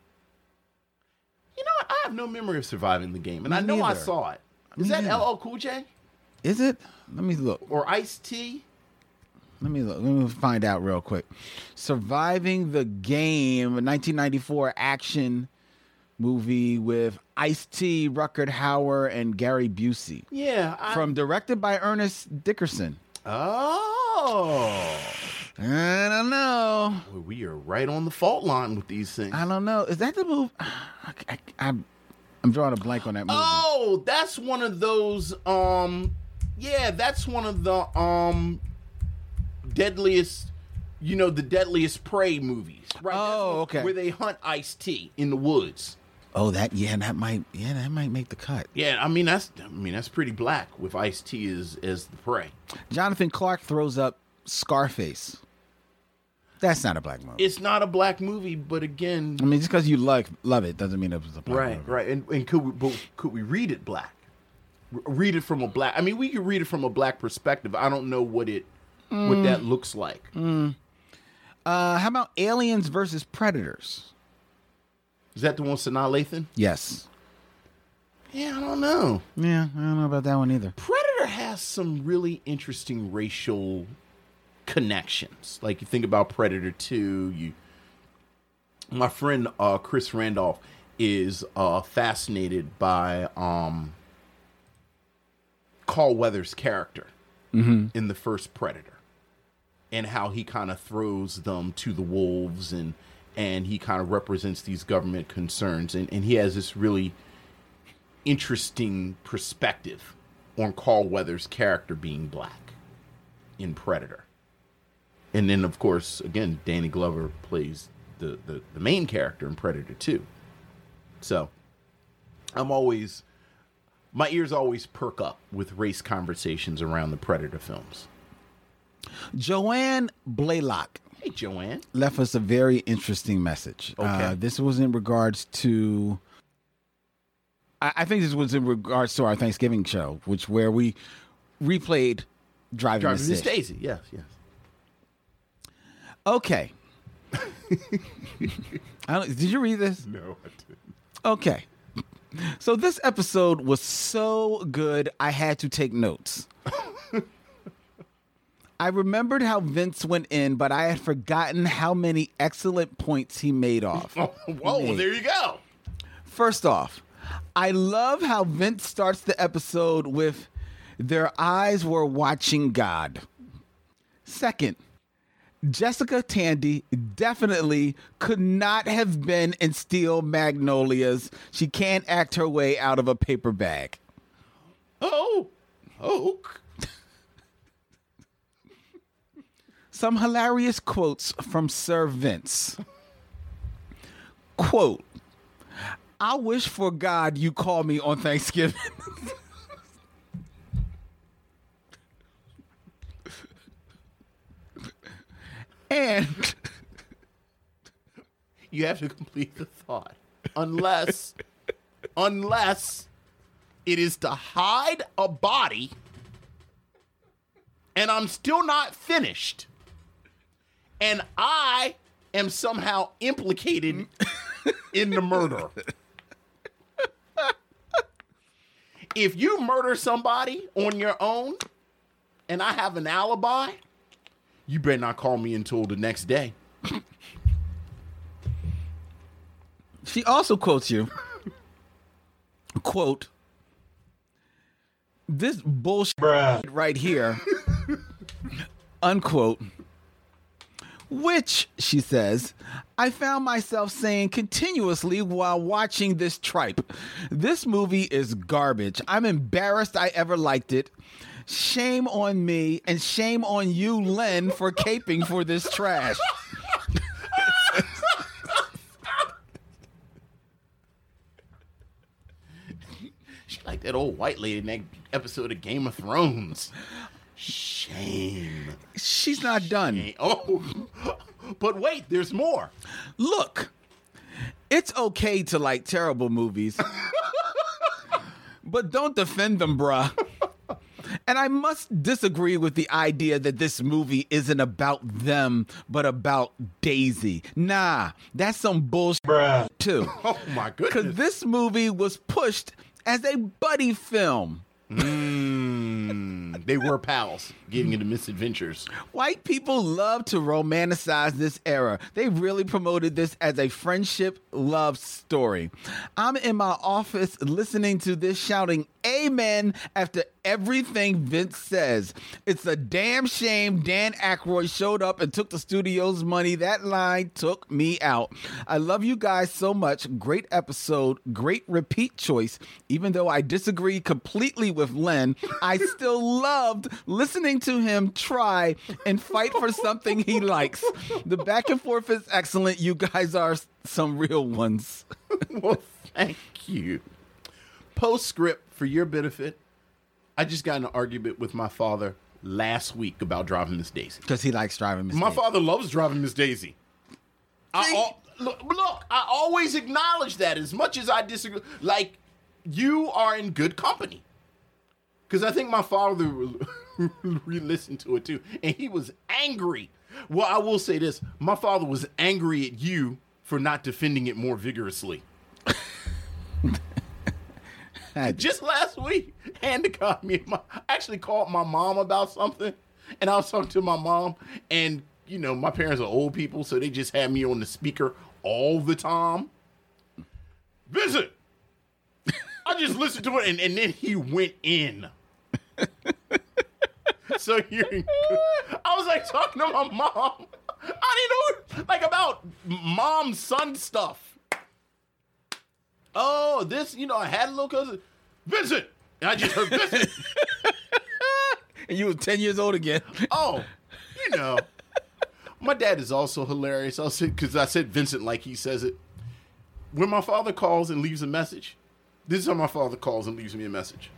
Speaker 2: You know what? I have no memory of surviving the game, and I know I
Speaker 1: neither.
Speaker 2: saw it. Is
Speaker 1: Me
Speaker 2: that
Speaker 1: neither.
Speaker 2: LL Cool J
Speaker 1: Is it? Let me look.
Speaker 2: or Ice T?
Speaker 1: Let me look. Let me find out real quick. Surviving the Game, a 1994 action movie with Ice T, Ruckert Hauer, and Gary Busey.
Speaker 2: Yeah. I,
Speaker 1: From directed by Ernest Dickerson.
Speaker 2: oh,
Speaker 1: I don't know.
Speaker 2: Boy, we are right on the fault line with these things.
Speaker 1: I don't know. Is that the movie? [sighs] I, am I'm drawing a blank on that movie.
Speaker 2: Oh, that's one of those. Um, yeah, that's one of the um deadliest. You know, the deadliest prey movies, right? That's
Speaker 1: Oh,
Speaker 2: one-
Speaker 1: okay.
Speaker 2: Where they hunt Ice T in the woods.
Speaker 1: Oh, that yeah, that might yeah, that might make the cut.
Speaker 2: Yeah, I mean that's I mean that's pretty black with Ice T as as the prey.
Speaker 1: Jonathan Clark throws up Scarface. That's not a black movie.
Speaker 2: It's not a black movie, but again,
Speaker 1: I mean, just because you like love it doesn't mean it was a black
Speaker 2: right,
Speaker 1: movie.
Speaker 2: right, and and could we but could we read it black? R- Read it from a black. I mean, we could read it from a black perspective. I don't know what it what that looks like.
Speaker 1: Uh, how about Aliens versus Predators?
Speaker 2: Is that the one, Sanaa Lathan?
Speaker 1: Yes.
Speaker 2: Yeah, I don't know.
Speaker 1: Yeah, I don't know about that one either.
Speaker 2: Predator has some really interesting racial connections. Like you think about Predator 2, you my friend uh Chris Randolph is uh fascinated by um Carl Weathers' character in the first Predator and how he kind of throws them to the wolves and and he kind of represents these government concerns and and he has this really interesting perspective on Carl Weathers' character being black in Predator. And then, of course, again, Danny Glover plays the, the, the main character in Predator 2. So I'm always, my ears always perk up with race conversations around the Predator films.
Speaker 1: Joanne Blaylock
Speaker 2: Hey, Joanne.
Speaker 1: left us a very interesting message.
Speaker 2: Okay.
Speaker 1: Uh, this was in regards to. I, I think this was in regards to our Thanksgiving show, which where we replayed driving,
Speaker 2: Driving
Speaker 1: Miss
Speaker 2: Miss
Speaker 1: Daisy.
Speaker 2: Daisy. Yes, yes. [laughs]
Speaker 1: Okay. [laughs] I don't, did you read this?
Speaker 2: No, I didn't.
Speaker 1: Okay. So this episode was so good, I had to take notes.
Speaker 2: [laughs]
Speaker 1: I remembered how Vince went in, but I had forgotten how many excellent points he made off.
Speaker 2: Oh, Whoa, well, there you go.
Speaker 1: First off, I love how Vince starts the episode with their eyes were watching God. Second, Jessica Tandy definitely could not have been in Steel Magnolias. She can't act her way out of a paper bag.
Speaker 2: Oh, Oak.
Speaker 1: some hilarious quotes from Sir Vince. Quote I wish for God you call me on Thanksgiving. [laughs] and
Speaker 2: You have to [laughs] complete the thought. Unless, unless it is to hide a body and I'm still not finished and I am somehow implicated in the murder. If you murder somebody on your own and I have an alibi, you better not call me until the next day.
Speaker 1: she also quotes you quote this bullshit right here unquote which she says i found myself saying continuously while watching this tripe this movie is garbage i'm embarrassed i ever liked it shame on me and shame on you len for caping for this trash
Speaker 2: She like that old white lady in that episode of Game of Thrones. Shame.
Speaker 1: she's not done
Speaker 2: Oh, but wait, there's more.
Speaker 1: look, it's okay to like terrible movies, but don't defend them, bruh. And I must disagree with the idea that this movie isn't about them, but about Daisy. Nah, that's some bullshit, too.
Speaker 2: Oh my
Speaker 1: Because
Speaker 2: goodness.
Speaker 1: this movie was pushed as a buddy film.
Speaker 2: Mm, they were pals getting into misadventures.
Speaker 1: White people love to romanticize this era. They really promoted this as a friendship love story. I'm in my office listening to this shouting amen after everything Vince says. It's a damn shame Dan Aykroyd showed up and took the studio's money. That line took me out. I love you guys so much. Great episode, great repeat choice. Even though I disagree completely with Len, I still loved listening to him try and fight for something he likes. The back and forth is excellent. You guys are some real ones.
Speaker 2: Well, thank you. Postscript for your benefit. I just got in an argument with my father last week about driving Miss Daisy.
Speaker 1: Because he likes driving Miss
Speaker 2: My
Speaker 1: Daisy.
Speaker 2: father loves driving Miss Daisy. I
Speaker 1: See?
Speaker 2: al- look, look, I always acknowledge that as much as I disagree. Like, you are in good company. Because I think my father [laughs] re listened to it too, and he was angry. Well, I will say this my father was angry at you for not defending it more vigorously. Just last week, Hannah called me. My, I actually called my mom about something, and I was talking to my mom, and you know, my parents are old people, so they just had me on the speaker all the time. Visit. I just listened to it, and, and then he went in. [laughs] so you, I was like talking to my mom. I didn't know like about mom son stuff. Oh, this, you know, I had a little cousin, Vincent. And I just heard Vincent.
Speaker 1: and you were 10 years old again.
Speaker 2: Oh, you know, my dad is also hilarious. I'll say because I said Vincent like he says it. When my father calls and leaves a message, this is how my father calls and leaves me a message.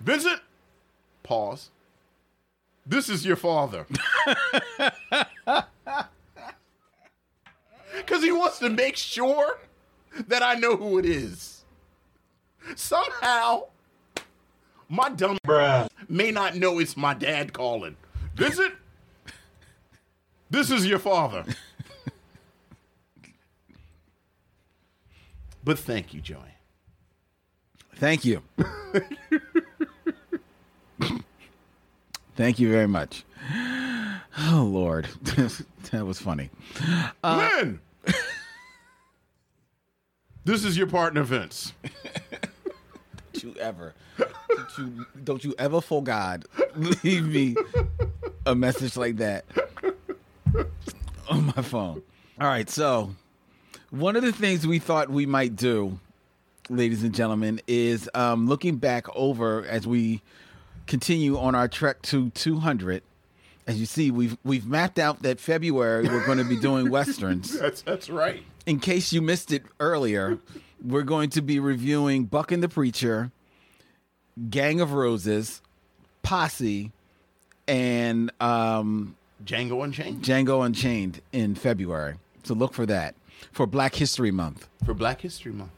Speaker 2: Vincent, pause. This is your father. [laughs] Because he wants to make sure that I know who it is. Somehow, my dumb may not know it's my dad calling. Vincent, this is your father. but thank you, Joey.
Speaker 1: Thank you. Thank you very much. Oh, Lord. [laughs] that was funny.
Speaker 2: Lynn! this is your partner, Vince.
Speaker 1: Don't you ever, don't you, don't you ever, for God, leave me a message like that on my phone. All right, so one of the things we thought we might do, ladies and gentlemen, is um, looking back over as we continue on our trek to 200. As you see, we've we've mapped out that February we're going to be doing westerns
Speaker 2: That's, that's right.
Speaker 1: in case you missed it earlier, we're going to be reviewing Buck and the Preacher, Gang of Roses, Posse, and um,
Speaker 2: Django Unchained
Speaker 1: Django Unchained in February. So look for that for Black History Month.
Speaker 2: for Black History Month.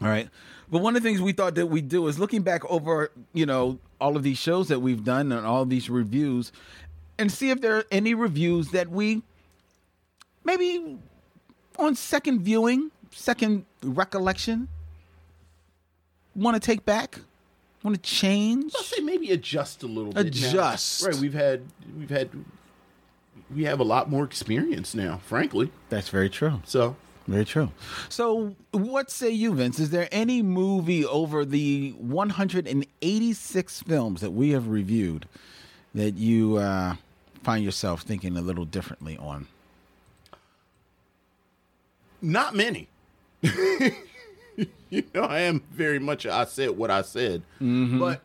Speaker 1: All right. But one of the things we thought that we'd do is looking back over, you know, all of these shows that we've done and all these reviews and see if there are any reviews that we maybe on second viewing, second recollection, want to take back, want to change.
Speaker 2: I'll say maybe adjust a little bit. now.
Speaker 1: Adjust.
Speaker 2: Right. We've had we've had we have a lot more experience now, frankly.
Speaker 1: That's very true.
Speaker 2: So
Speaker 1: Very true. So, what say you, Vince? Is there any movie over the 186 films that we have reviewed that you uh, find yourself thinking a little differently on?
Speaker 2: not many. [laughs] you know, I am very much a I said what I said. But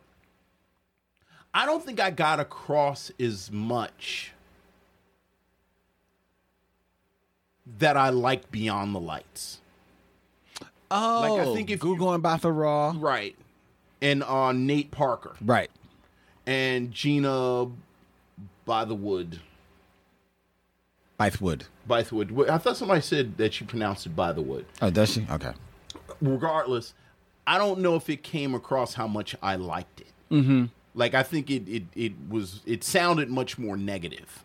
Speaker 2: I don't think I got across as much that I like beyond the lights.
Speaker 1: Oh,
Speaker 2: I think if you-
Speaker 1: Google and Batha
Speaker 2: Right. And on Nate Parker
Speaker 1: Right.
Speaker 2: and Gina by the wood.
Speaker 1: Bythewood.
Speaker 2: By the wood. I thought somebody said that she pronounced it by the wood.
Speaker 1: Oh, does she? Okay.
Speaker 2: regardless, I don't know if it came across how much I liked it. Mm-hmm. Like I think it it it was it sounded much more negative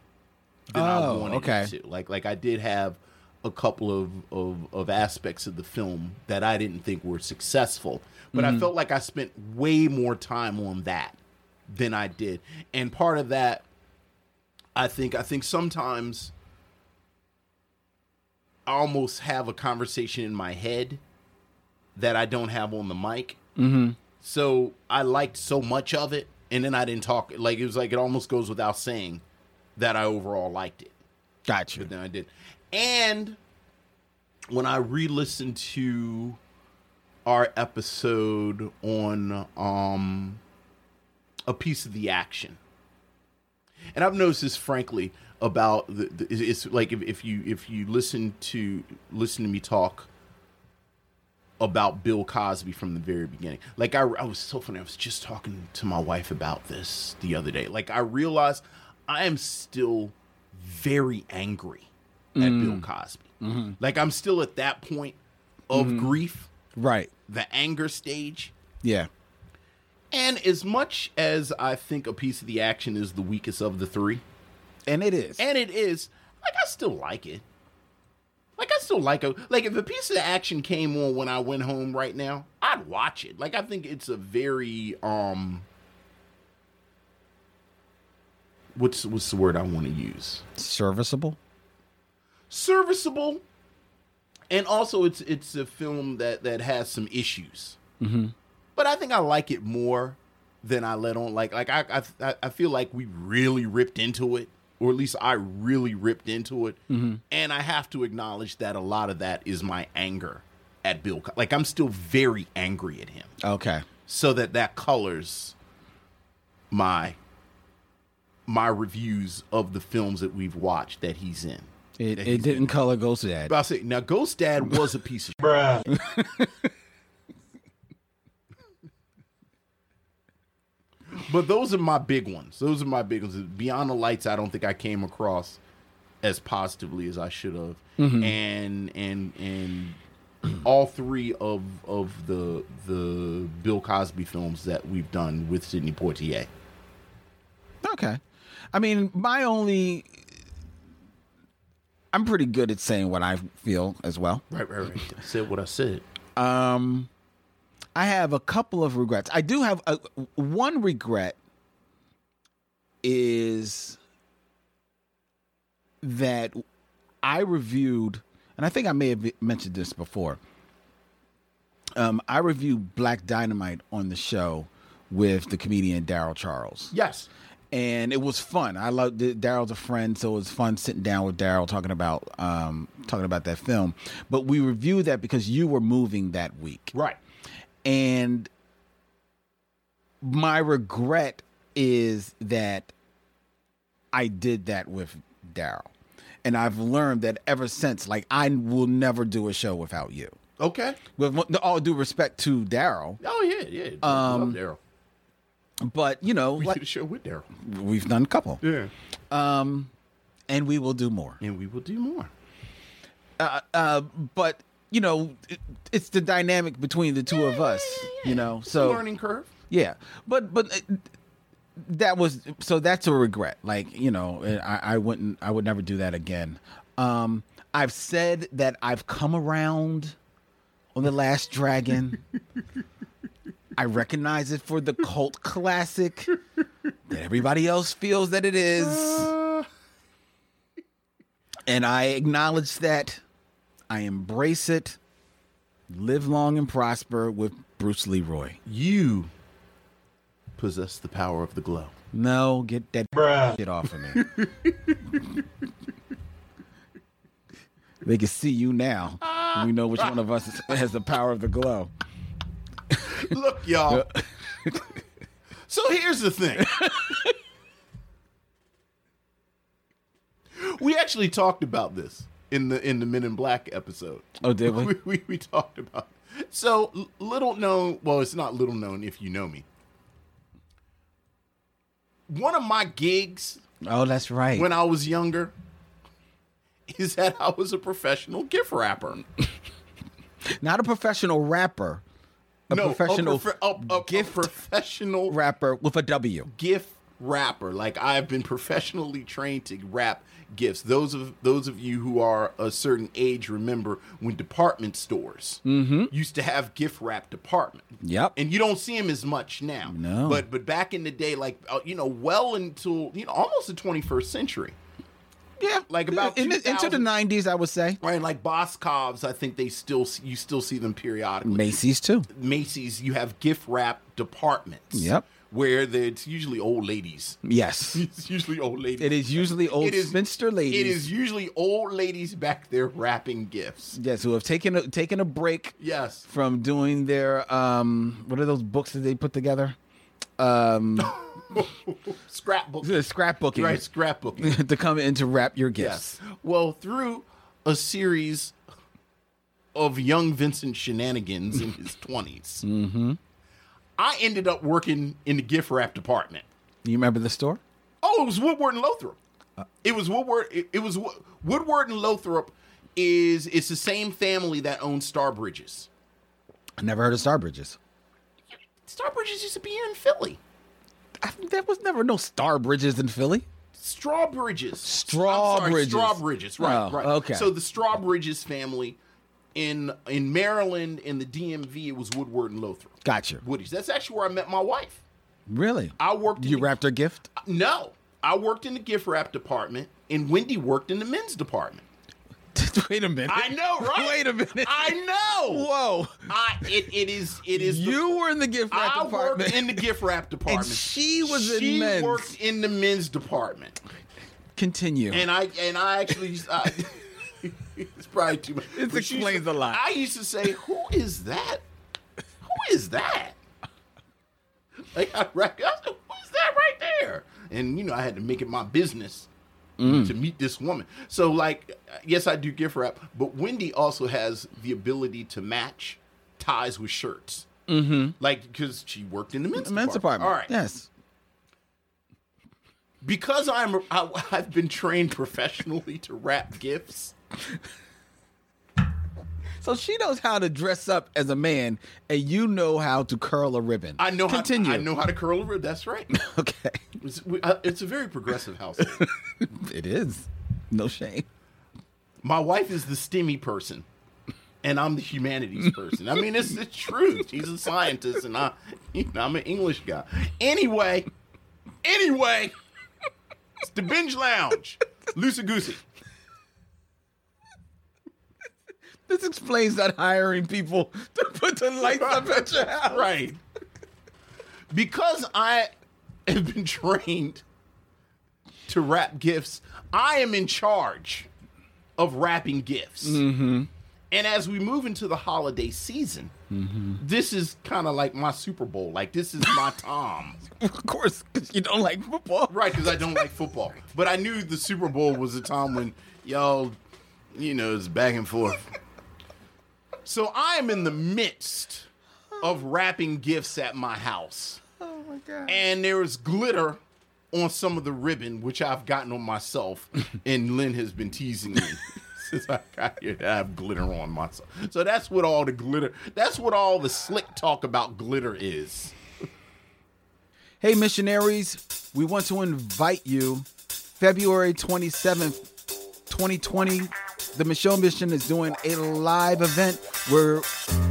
Speaker 2: than I
Speaker 1: Oh,
Speaker 2: wanted
Speaker 1: okay.
Speaker 2: it to. Like like I did have a couple of, of of aspects of the film that I didn't think were successful, but
Speaker 1: Mm-hmm.
Speaker 2: I felt like I spent way more time on that than I did, and part of that, I think I think sometimes. I almost have a conversation in my head that I don't have on the mic. Mm-hmm. So I liked so much of it, and then I didn't talk. Like it was like it almost goes without saying that I overall liked it
Speaker 1: Got you.
Speaker 2: than I did. And when I re-listened to our episode on um a piece of the action, and I've noticed this frankly about the, the it's- it's like if, if you if you listen to listen to me talk about Bill Cosby from the very beginning. Like I, I was so funny. I was just talking to my wife about this the other day. Like I realized I am still very angry at Bill Cosby. Like I'm still at that point of grief,
Speaker 1: Right.
Speaker 2: the anger stage.
Speaker 1: Yeah.
Speaker 2: And as much as I think a piece of the action is the weakest of the three,
Speaker 1: And it is.
Speaker 2: and it is like I still like it. Like I still like a like if a piece of action came on when I went home right now, I'd watch it. Like I think it's a very um what's what's the word I want to use?
Speaker 1: Serviceable.
Speaker 2: Serviceable and also it's it's a film that that has some issues. Mm-hmm. But I think I like it more than I let on. Like like I I I feel like we really ripped into it, or at least I really ripped into it. And I have to acknowledge that a lot of that is my anger at Bill. Co- Like I'm still very angry at him,
Speaker 1: Okay.
Speaker 2: so that that colors my my reviews of the films that we've watched that he's in.
Speaker 1: It,
Speaker 2: that
Speaker 1: it
Speaker 2: he's
Speaker 1: didn't
Speaker 2: in.
Speaker 1: color Ghost Dad.
Speaker 2: But I say now, Ghost Dad was a piece of. [laughs] But those are my big ones. Those are my big ones. Beyond the Lights, I don't think I came across as positively as I should have. And and and [clears throat] all three of of the the Bill Cosby films that we've done with Sidney Poitier.
Speaker 1: Okay. I mean, my only. I'm pretty good at saying what I feel as well.
Speaker 2: Right, right, right. I [laughs] said what I said.
Speaker 1: Um, I have a couple of regrets. I do have a, one regret is that I reviewed, and I think I may have mentioned this before. Um, I reviewed Black Dynamite on the show with the comedian Daryl Charles
Speaker 2: Yes.
Speaker 1: and it was fun. I love Daryl's a friend, so it was fun sitting down with Daryl talking about um, talking about that film. But we reviewed that because you were moving that week,
Speaker 2: Right.
Speaker 1: and my regret is that I did that with Daryl, and I've learned that ever since. Like I will never do a show without you.
Speaker 2: Okay.
Speaker 1: With all due respect to Daryl,
Speaker 2: Oh yeah, yeah. Um, Daryl.
Speaker 1: but you know,
Speaker 2: We
Speaker 1: like,
Speaker 2: did a show with Daryl.
Speaker 1: [laughs] we've done a couple,
Speaker 2: Yeah.
Speaker 1: um, and we will do more.
Speaker 2: And we will do more.
Speaker 1: uh, uh, but you know, it, it's the dynamic between the two of us. You know, so
Speaker 2: Learning curve.
Speaker 1: yeah, but but uh, that was so that's a regret. Like you know, uh, I, I wouldn't, I would never do that again. Um, I've said that I've come around on the Last Dragon. [laughs] I recognize it for the cult classic that everybody else feels that it is. And I acknowledge that. I embrace it. Live long and prosper with Bruce Leroy.
Speaker 2: You possess the power of the glow.
Speaker 1: No, get that shit off of me. [laughs] they can see you now. We know which one of us has the power of the glow.
Speaker 2: [laughs] Look, y'all. [laughs] so here's the thing. [laughs] we actually talked about this in the in the Men in Black episode.
Speaker 1: Oh, did we?
Speaker 2: [laughs] We, we, we talked about it. So l- little known, well, it's not little known if you know me. One of my gigs
Speaker 1: Oh, that's right.
Speaker 2: when I was younger is that I was a professional gift wrapper.
Speaker 1: Not a professional rapper, a
Speaker 2: no,
Speaker 1: professional
Speaker 2: a, profe- a- a- a
Speaker 1: gift
Speaker 2: professional
Speaker 1: rapper with a W.
Speaker 2: gift rapper. Like I've been professionally trained to wrap gifts. Those of those of you who are a certain age remember when department stores used to have gift wrap department.
Speaker 1: Mm-hmm. Yep.
Speaker 2: And you don't see them as much now.
Speaker 1: No.
Speaker 2: But but back in the day, like uh, you know, well until you know almost the 21st century.
Speaker 1: Yeah,
Speaker 2: like about
Speaker 1: In the- into the
Speaker 2: 2000.
Speaker 1: nineties, I would say
Speaker 2: Right, like Boscov's, I think they still see- you still see them periodically.
Speaker 1: Macy's too.
Speaker 2: Macy's, you have gift wrap departments.
Speaker 1: Yep.
Speaker 2: Where they- it's usually old ladies. [laughs]
Speaker 1: Yes,
Speaker 2: It's usually old ladies.
Speaker 1: it is usually old
Speaker 2: It is-
Speaker 1: spinster ladies.
Speaker 2: It is usually old ladies back there wrapping gifts.
Speaker 1: yes, who have taken a, taken a break
Speaker 2: Yes.
Speaker 1: from doing their um, what are those books that they put together? Um, [laughs]
Speaker 2: Scrapbook.
Speaker 1: the scrapbooking
Speaker 2: Right,
Speaker 1: [laughs]
Speaker 2: scrapbooking.
Speaker 1: to come in to wrap your gifts.
Speaker 2: yes. Well, through a series of young Vincent shenanigans
Speaker 1: [laughs]
Speaker 2: in his 20s,
Speaker 1: Mm-hmm.
Speaker 2: I ended up working in the gift wrap department.
Speaker 1: You remember the store?
Speaker 2: Oh, it was Woodward and Lothrop.
Speaker 1: Uh.
Speaker 2: It was Woodward. It, it was Wo- Woodward and Lothrop. Is it's the same family that owns Starbridges.
Speaker 1: I never heard of Starbridges.
Speaker 2: Starbridges used to be in Philly.
Speaker 1: I, there was never no Starbridges in Philly.
Speaker 2: Strawbridges.
Speaker 1: Straw Bridges.
Speaker 2: Strawbridges. Right.
Speaker 1: Oh,
Speaker 2: right.
Speaker 1: okay.
Speaker 2: So the Strawbridges family in in Maryland in the DMV it was Woodward and Lothrop.
Speaker 1: Gotcha.
Speaker 2: Woody's. That's actually where I met my wife.
Speaker 1: Really?
Speaker 2: I worked. in
Speaker 1: you
Speaker 2: the-
Speaker 1: wrapped her gift?
Speaker 2: No, I [laughs] worked in the gift wrap department, and Wendy worked in the men's department.
Speaker 1: Wait a minute.
Speaker 2: I know, right?
Speaker 1: Wait a minute.
Speaker 2: I know.
Speaker 1: Whoa.
Speaker 2: I it, it is it is the-
Speaker 1: You were in the gift wrap
Speaker 2: I
Speaker 1: department.
Speaker 2: worked in the
Speaker 1: [laughs]
Speaker 2: gift wrap department.
Speaker 1: she was in
Speaker 2: She
Speaker 1: men's.
Speaker 2: worked in the men's department,
Speaker 1: Continue.
Speaker 2: and I and I actually I, [laughs] it's probably too much.
Speaker 1: It
Speaker 2: But she used
Speaker 1: explains
Speaker 2: to-
Speaker 1: a lot.
Speaker 2: I used to say, "Who is that? Who is that?" Like I, rec- I said, "Who's that right there?" and you know I had to make it my business
Speaker 1: Mm.
Speaker 2: to meet this woman. So like, uh, yes, I do gift wrap, but Wendy also has the ability to match ties with shirts. Mm-hmm. Like because she worked in the men's,
Speaker 1: Men's
Speaker 2: department.
Speaker 1: department.
Speaker 2: All right,
Speaker 1: Yes.
Speaker 2: because I'm I, I've been trained [laughs] professionally to wrap gifts.
Speaker 1: So she knows how to dress up as a man, and you know how to curl a ribbon.
Speaker 2: I know
Speaker 1: Continue.
Speaker 2: How, I know how to curl a rib. That's right.
Speaker 1: [laughs] Okay.
Speaker 2: It's, we- uh, it's a very progressive household.
Speaker 1: It is. No shame.
Speaker 2: My wife is the STEMI person, and I'm the humanities person. I mean, it's the truth. She's a scientist, and I, you know, I'm an English guy. Anyway, anyway, it's the binge lounge. Loosey goosey.
Speaker 1: This explains that hiring people [laughs] to put the lights up at
Speaker 2: [laughs]
Speaker 1: your house.
Speaker 2: Right. Because I have been trained to wrap gifts, I am in charge of wrapping gifts. Mm-hmm. And as we move into the holiday season, this is kind of like my Super Bowl. Like, this is my Tom.
Speaker 1: Of course, because you don't like football.
Speaker 2: Right, because I don't like football. But I knew the Super Bowl was a time when y'all, you know, it's back and forth. So I am in the midst of wrapping gifts at my house.
Speaker 1: Oh my god.
Speaker 2: And there is glitter on some of the ribbon, which I've gotten on myself. and Lynn has been teasing me [laughs] since I got here. that I have glitter on myself. So that's what all the glitter, that's what all the slick talk about glitter is.
Speaker 1: Hey, missionaries, we want to invite you February 27th, 2020. The Michelle Mission is doing a live event. We're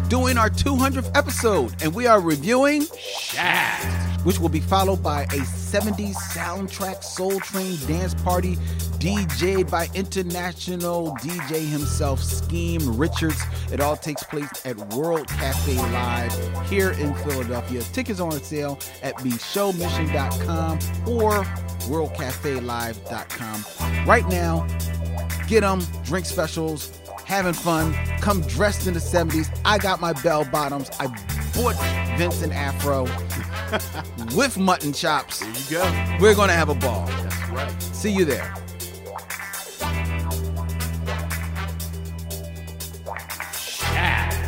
Speaker 1: doing our 200th episode, and we are reviewing,
Speaker 2: Shaft.
Speaker 1: which will be followed by a 70s soundtrack Soul Train dance party DJed by international DJ himself, Scheme Richards. It all takes place at World Cafe Live here in Philadelphia. Tickets are on sale at BeShowMission.com or WorldCafeLive.com. Right now, get them, drink specials, having fun, come dressed in the 70s. I got my bell bottoms. I bought Vincent Afro [laughs] with mutton chops.
Speaker 2: There you go.
Speaker 1: We're going to have a ball.
Speaker 2: That's right.
Speaker 1: See you there.
Speaker 2: Shaft.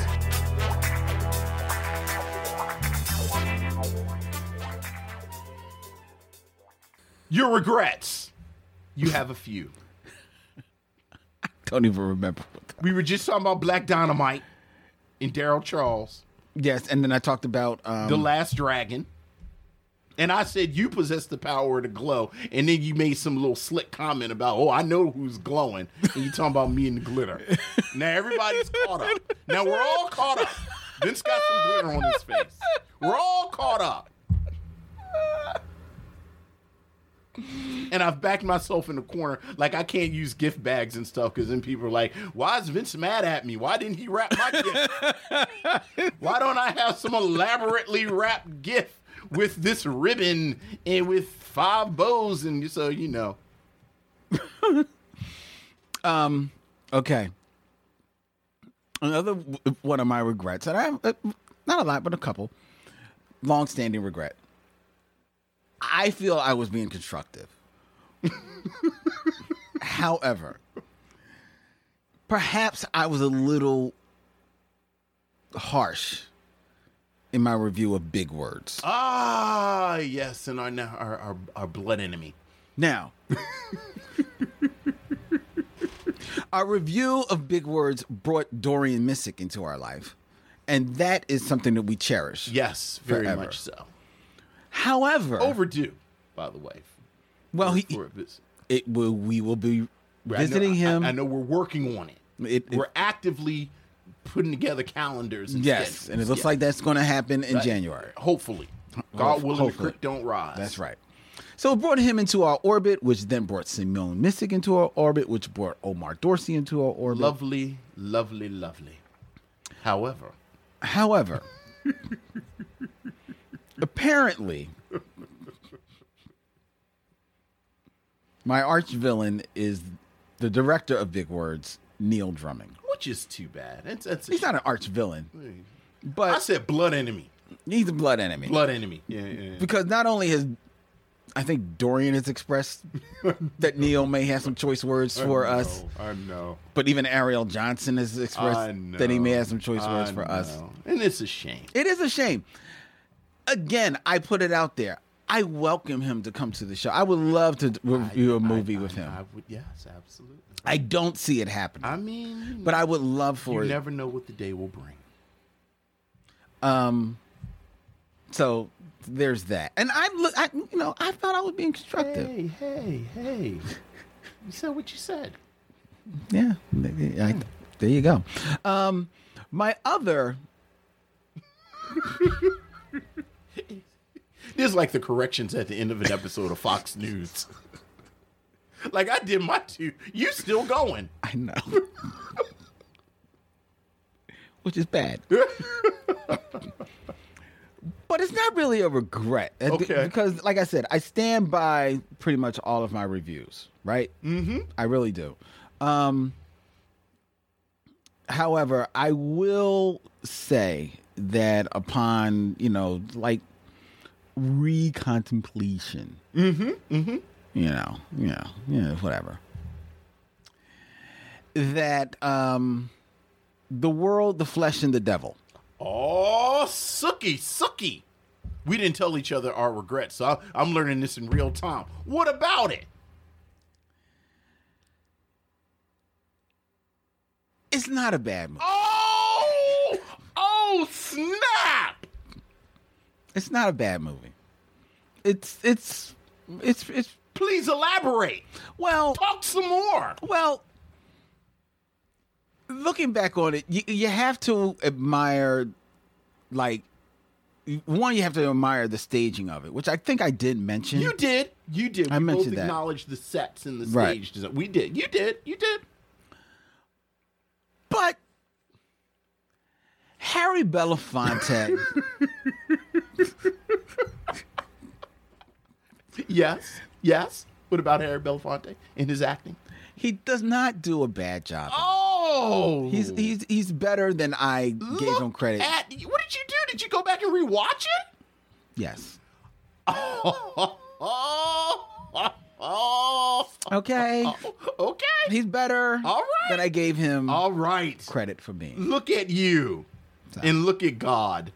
Speaker 2: Your regrets. You have a few.
Speaker 1: Don't even remember. What the-
Speaker 2: We were just talking about Black Dynamite and Daryl Charles.
Speaker 1: yes, and then I talked about um,
Speaker 2: The Last Dragon. And I said you possess the power to glow, and then you made some little slick comment about, "Oh, I know who's glowing," and you talking about me and the glitter. Now everybody's caught up. Now we're all caught up. Vince got some glitter on his face. We're all caught up. And I've backed myself in the corner, like I can't use gift bags and stuff, because then people are like, "Why is Vince mad at me? Why didn't he wrap my gift?" Why don't I have some elaborately wrapped gift with this ribbon and with five bows and so you know.
Speaker 1: okay. Another w- one of my regrets, and I have uh, not a lot, but a couple. Long-standing regret. I feel I was being constructive. [laughs] However, perhaps I was a little harsh in my review of big words.
Speaker 2: Ah yes, and our now our, our our blood enemy.
Speaker 1: Now, [laughs] our review of Big Words brought Dorian Missick into our life, and that is something that we cherish.
Speaker 2: Yes, very
Speaker 1: Forever.
Speaker 2: much so.
Speaker 1: However,
Speaker 2: Overdue, by the way.
Speaker 1: well, he,
Speaker 2: for a visit.
Speaker 1: it will. We will be
Speaker 2: I know-
Speaker 1: visiting him.
Speaker 2: I, I know we're working on it.
Speaker 1: It- it-
Speaker 2: we're actively putting together calendars and
Speaker 1: yes,
Speaker 2: schedules.
Speaker 1: and it looks
Speaker 2: Yeah.
Speaker 1: like that's going to happen in
Speaker 2: Right.
Speaker 1: January.
Speaker 2: Hopefully. God willing the
Speaker 1: hopefully.
Speaker 2: creek don't rise.
Speaker 1: That's right. So it brought him into our orbit, which then brought Simone Missick into our orbit, which brought Omar Dorsey into our orbit.
Speaker 2: Lovely, lovely, lovely. However,
Speaker 1: However, apparently, my arch villain is the director of Big Words, Neil Drumming.
Speaker 2: which is too bad. It's, it's
Speaker 1: He's not an arch villain,
Speaker 2: I
Speaker 1: but
Speaker 2: said blood enemy.
Speaker 1: he's a blood enemy
Speaker 2: Blood enemy. Yeah, yeah.
Speaker 1: because not only has I think Dorian has
Speaker 2: [laughs]
Speaker 1: expressed that Neil may have some choice words for us,
Speaker 2: I know.
Speaker 1: but even Ariel Johnson has
Speaker 2: I
Speaker 1: expressed
Speaker 2: know.
Speaker 1: that he may have some choice words
Speaker 2: I
Speaker 1: for us.
Speaker 2: know. and it's a shame.
Speaker 1: It is a shame. Again, I put it out there. I welcome him to come to the show. I would love to d- review a movie with him.
Speaker 2: I
Speaker 1: I,
Speaker 2: would, yes, absolutely.
Speaker 1: don't see it happening,
Speaker 2: I mean,
Speaker 1: but I would love for
Speaker 2: you
Speaker 1: it.
Speaker 2: never know what the day will bring.
Speaker 1: Um, so there's that, and I, look, I, you know, I thought I was being constructive.
Speaker 2: Hey, hey, hey! you said what you said.
Speaker 1: Yeah, maybe I, there you go. Um, my other,
Speaker 2: This is like the corrections at the end of an episode of Fox News. [laughs] like I did my two. You still going?
Speaker 1: I know, [laughs] which is [laughs] bad. But it's not really a regret uh, be-
Speaker 2: Okay.
Speaker 1: because, like I said, I stand by pretty much all of my reviews, right? Mm-hmm. I really do. Um, however, I will say that upon you know, like recontemplation, mm-hmm, mm-hmm. you know, you know, you know, whatever, that um, the world, the flesh, and the devil.
Speaker 2: Oh, sucky, sucky. We didn't tell each other our regrets, so I, I'm learning this in real time. What about it?
Speaker 1: It's not a bad movie.
Speaker 2: Oh, oh, snap!
Speaker 1: It's not a bad movie. It's it's it's it's
Speaker 2: Please elaborate.
Speaker 1: well
Speaker 2: Talk some more.
Speaker 1: well. Looking back on it, you, you have to admire, like, one you have to admire the staging of it, which I think I did mention.
Speaker 2: You did. You did.
Speaker 1: I
Speaker 2: we
Speaker 1: mentioned
Speaker 2: both
Speaker 1: that.
Speaker 2: acknowledged the sets and the
Speaker 1: Right.
Speaker 2: stage design. We did. You did. You did.
Speaker 1: but Harry Belafonte
Speaker 2: Yes. Yes. What about Harry Belafonte and his acting?
Speaker 1: he does not do a bad job.
Speaker 2: Oh,
Speaker 1: He's he's he's better than I gave him credit.
Speaker 2: At, what did you do? Did you go back and rewatch it?
Speaker 1: yes.
Speaker 2: [laughs] Oh, oh, oh,
Speaker 1: Okay.
Speaker 2: okay.
Speaker 1: He's better
Speaker 2: All right.
Speaker 1: than I gave him
Speaker 2: All right.
Speaker 1: credit for being.
Speaker 2: Look at you, and look at God.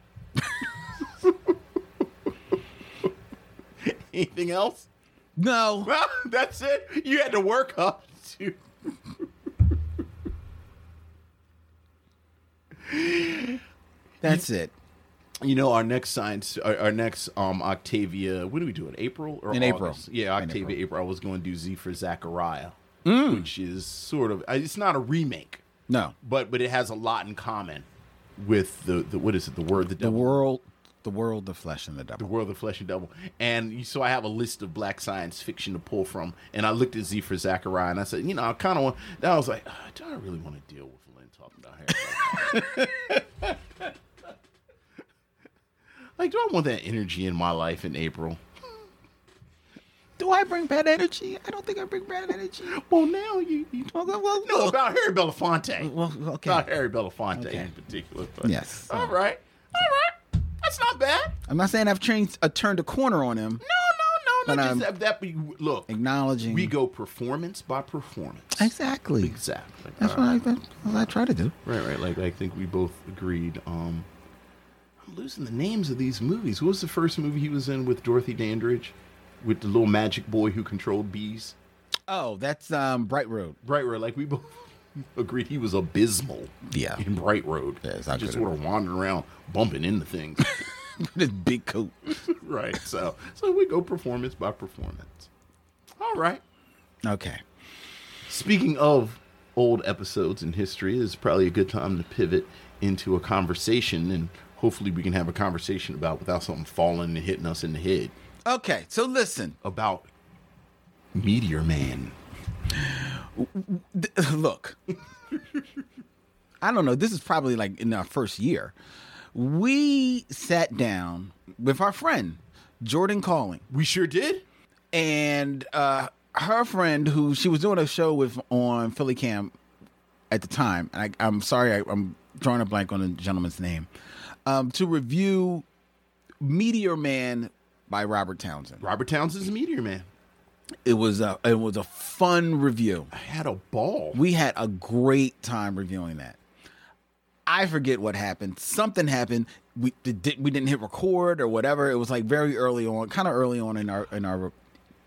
Speaker 2: [laughs] Anything else?
Speaker 1: No,
Speaker 2: Well, [laughs] that's it. You had to work up to.
Speaker 1: that's it.
Speaker 2: [laughs] You know, our next science, our, our next um Octavia. When do we do it? April or
Speaker 1: In April. Mm.
Speaker 2: August? Yeah,
Speaker 1: In
Speaker 2: Octavia, April. I was going to do Z for Zachariah, which is sort of. uh, It's not a remake,
Speaker 1: No,
Speaker 2: but but it has a lot in common with the, the what is it? The word the
Speaker 1: the
Speaker 2: devil.
Speaker 1: world, the world, the flesh, and the
Speaker 2: the
Speaker 1: devil.
Speaker 2: world of flesh and devil. And you- so I have a list of black science fiction to pull from. And I looked at Z for Zachariah and I said, you know, I kind of want, then I was like, ah, do I really want to deal with Lynn talking about Harry? Potter? [laughs] like, do I want that energy in my life in April?
Speaker 1: Do I bring bad energy? I don't think I bring bad energy.
Speaker 2: Well, now you, you
Speaker 1: Well, well, well,
Speaker 2: know about Harry Belafonte.
Speaker 1: well, okay.
Speaker 2: Not Harry Belafonte
Speaker 1: Okay.
Speaker 2: in particular. But
Speaker 1: Yes.
Speaker 2: All right. All right. That's not bad.
Speaker 1: I'm not saying I've changed, uh, turned a corner on him.
Speaker 2: No, no,
Speaker 1: But um,
Speaker 2: no.
Speaker 1: I'm-
Speaker 2: Just that, that. be- Look,
Speaker 1: Acknowledging.
Speaker 2: we go performance by performance.
Speaker 1: exactly.
Speaker 2: Exactly. Uh,
Speaker 1: That's what I, that's what I try to do.
Speaker 2: Right, right. Like I think we both agreed. Um, I'm losing the names of these movies. What was the first movie he was in with Dorothy Dandridge, with the little magic boy who controlled bees?
Speaker 1: Oh, that's um, Bright Road. [laughs]
Speaker 2: Bright Road. Like we both [laughs] agreed he was abysmal
Speaker 1: Yeah,
Speaker 2: in Bright Road.
Speaker 1: Yeah, it's not
Speaker 2: just
Speaker 1: good at
Speaker 2: sort of wandering around bumping into things. [laughs]
Speaker 1: this big coat.
Speaker 2: right. So, so we go performance by performance. All right.
Speaker 1: Okay.
Speaker 2: Speaking of old episodes in history, it's probably a good time to pivot into a conversation, and hopefully we can have a conversation about without something falling and hitting us in the head
Speaker 1: Okay. So listen,
Speaker 2: about Meteor Man.
Speaker 1: Th- [laughs] look i don't know this is probably like in our first year we sat down with our friend jordan calling
Speaker 2: We sure did.
Speaker 1: and uh her friend who she was doing a show with on philly cam at the time and I, i'm sorry I, i'm drawing a blank on the gentleman's name um to review meteor man by Robert Townsend.
Speaker 2: Robert Townsend's Meteor Man.
Speaker 1: It was a it was a fun review.
Speaker 2: I had a ball.
Speaker 1: We had a great time reviewing that. I forget what happened. Something happened. We did, we didn't hit record or whatever. It was like very early on, kind of early on in our in our.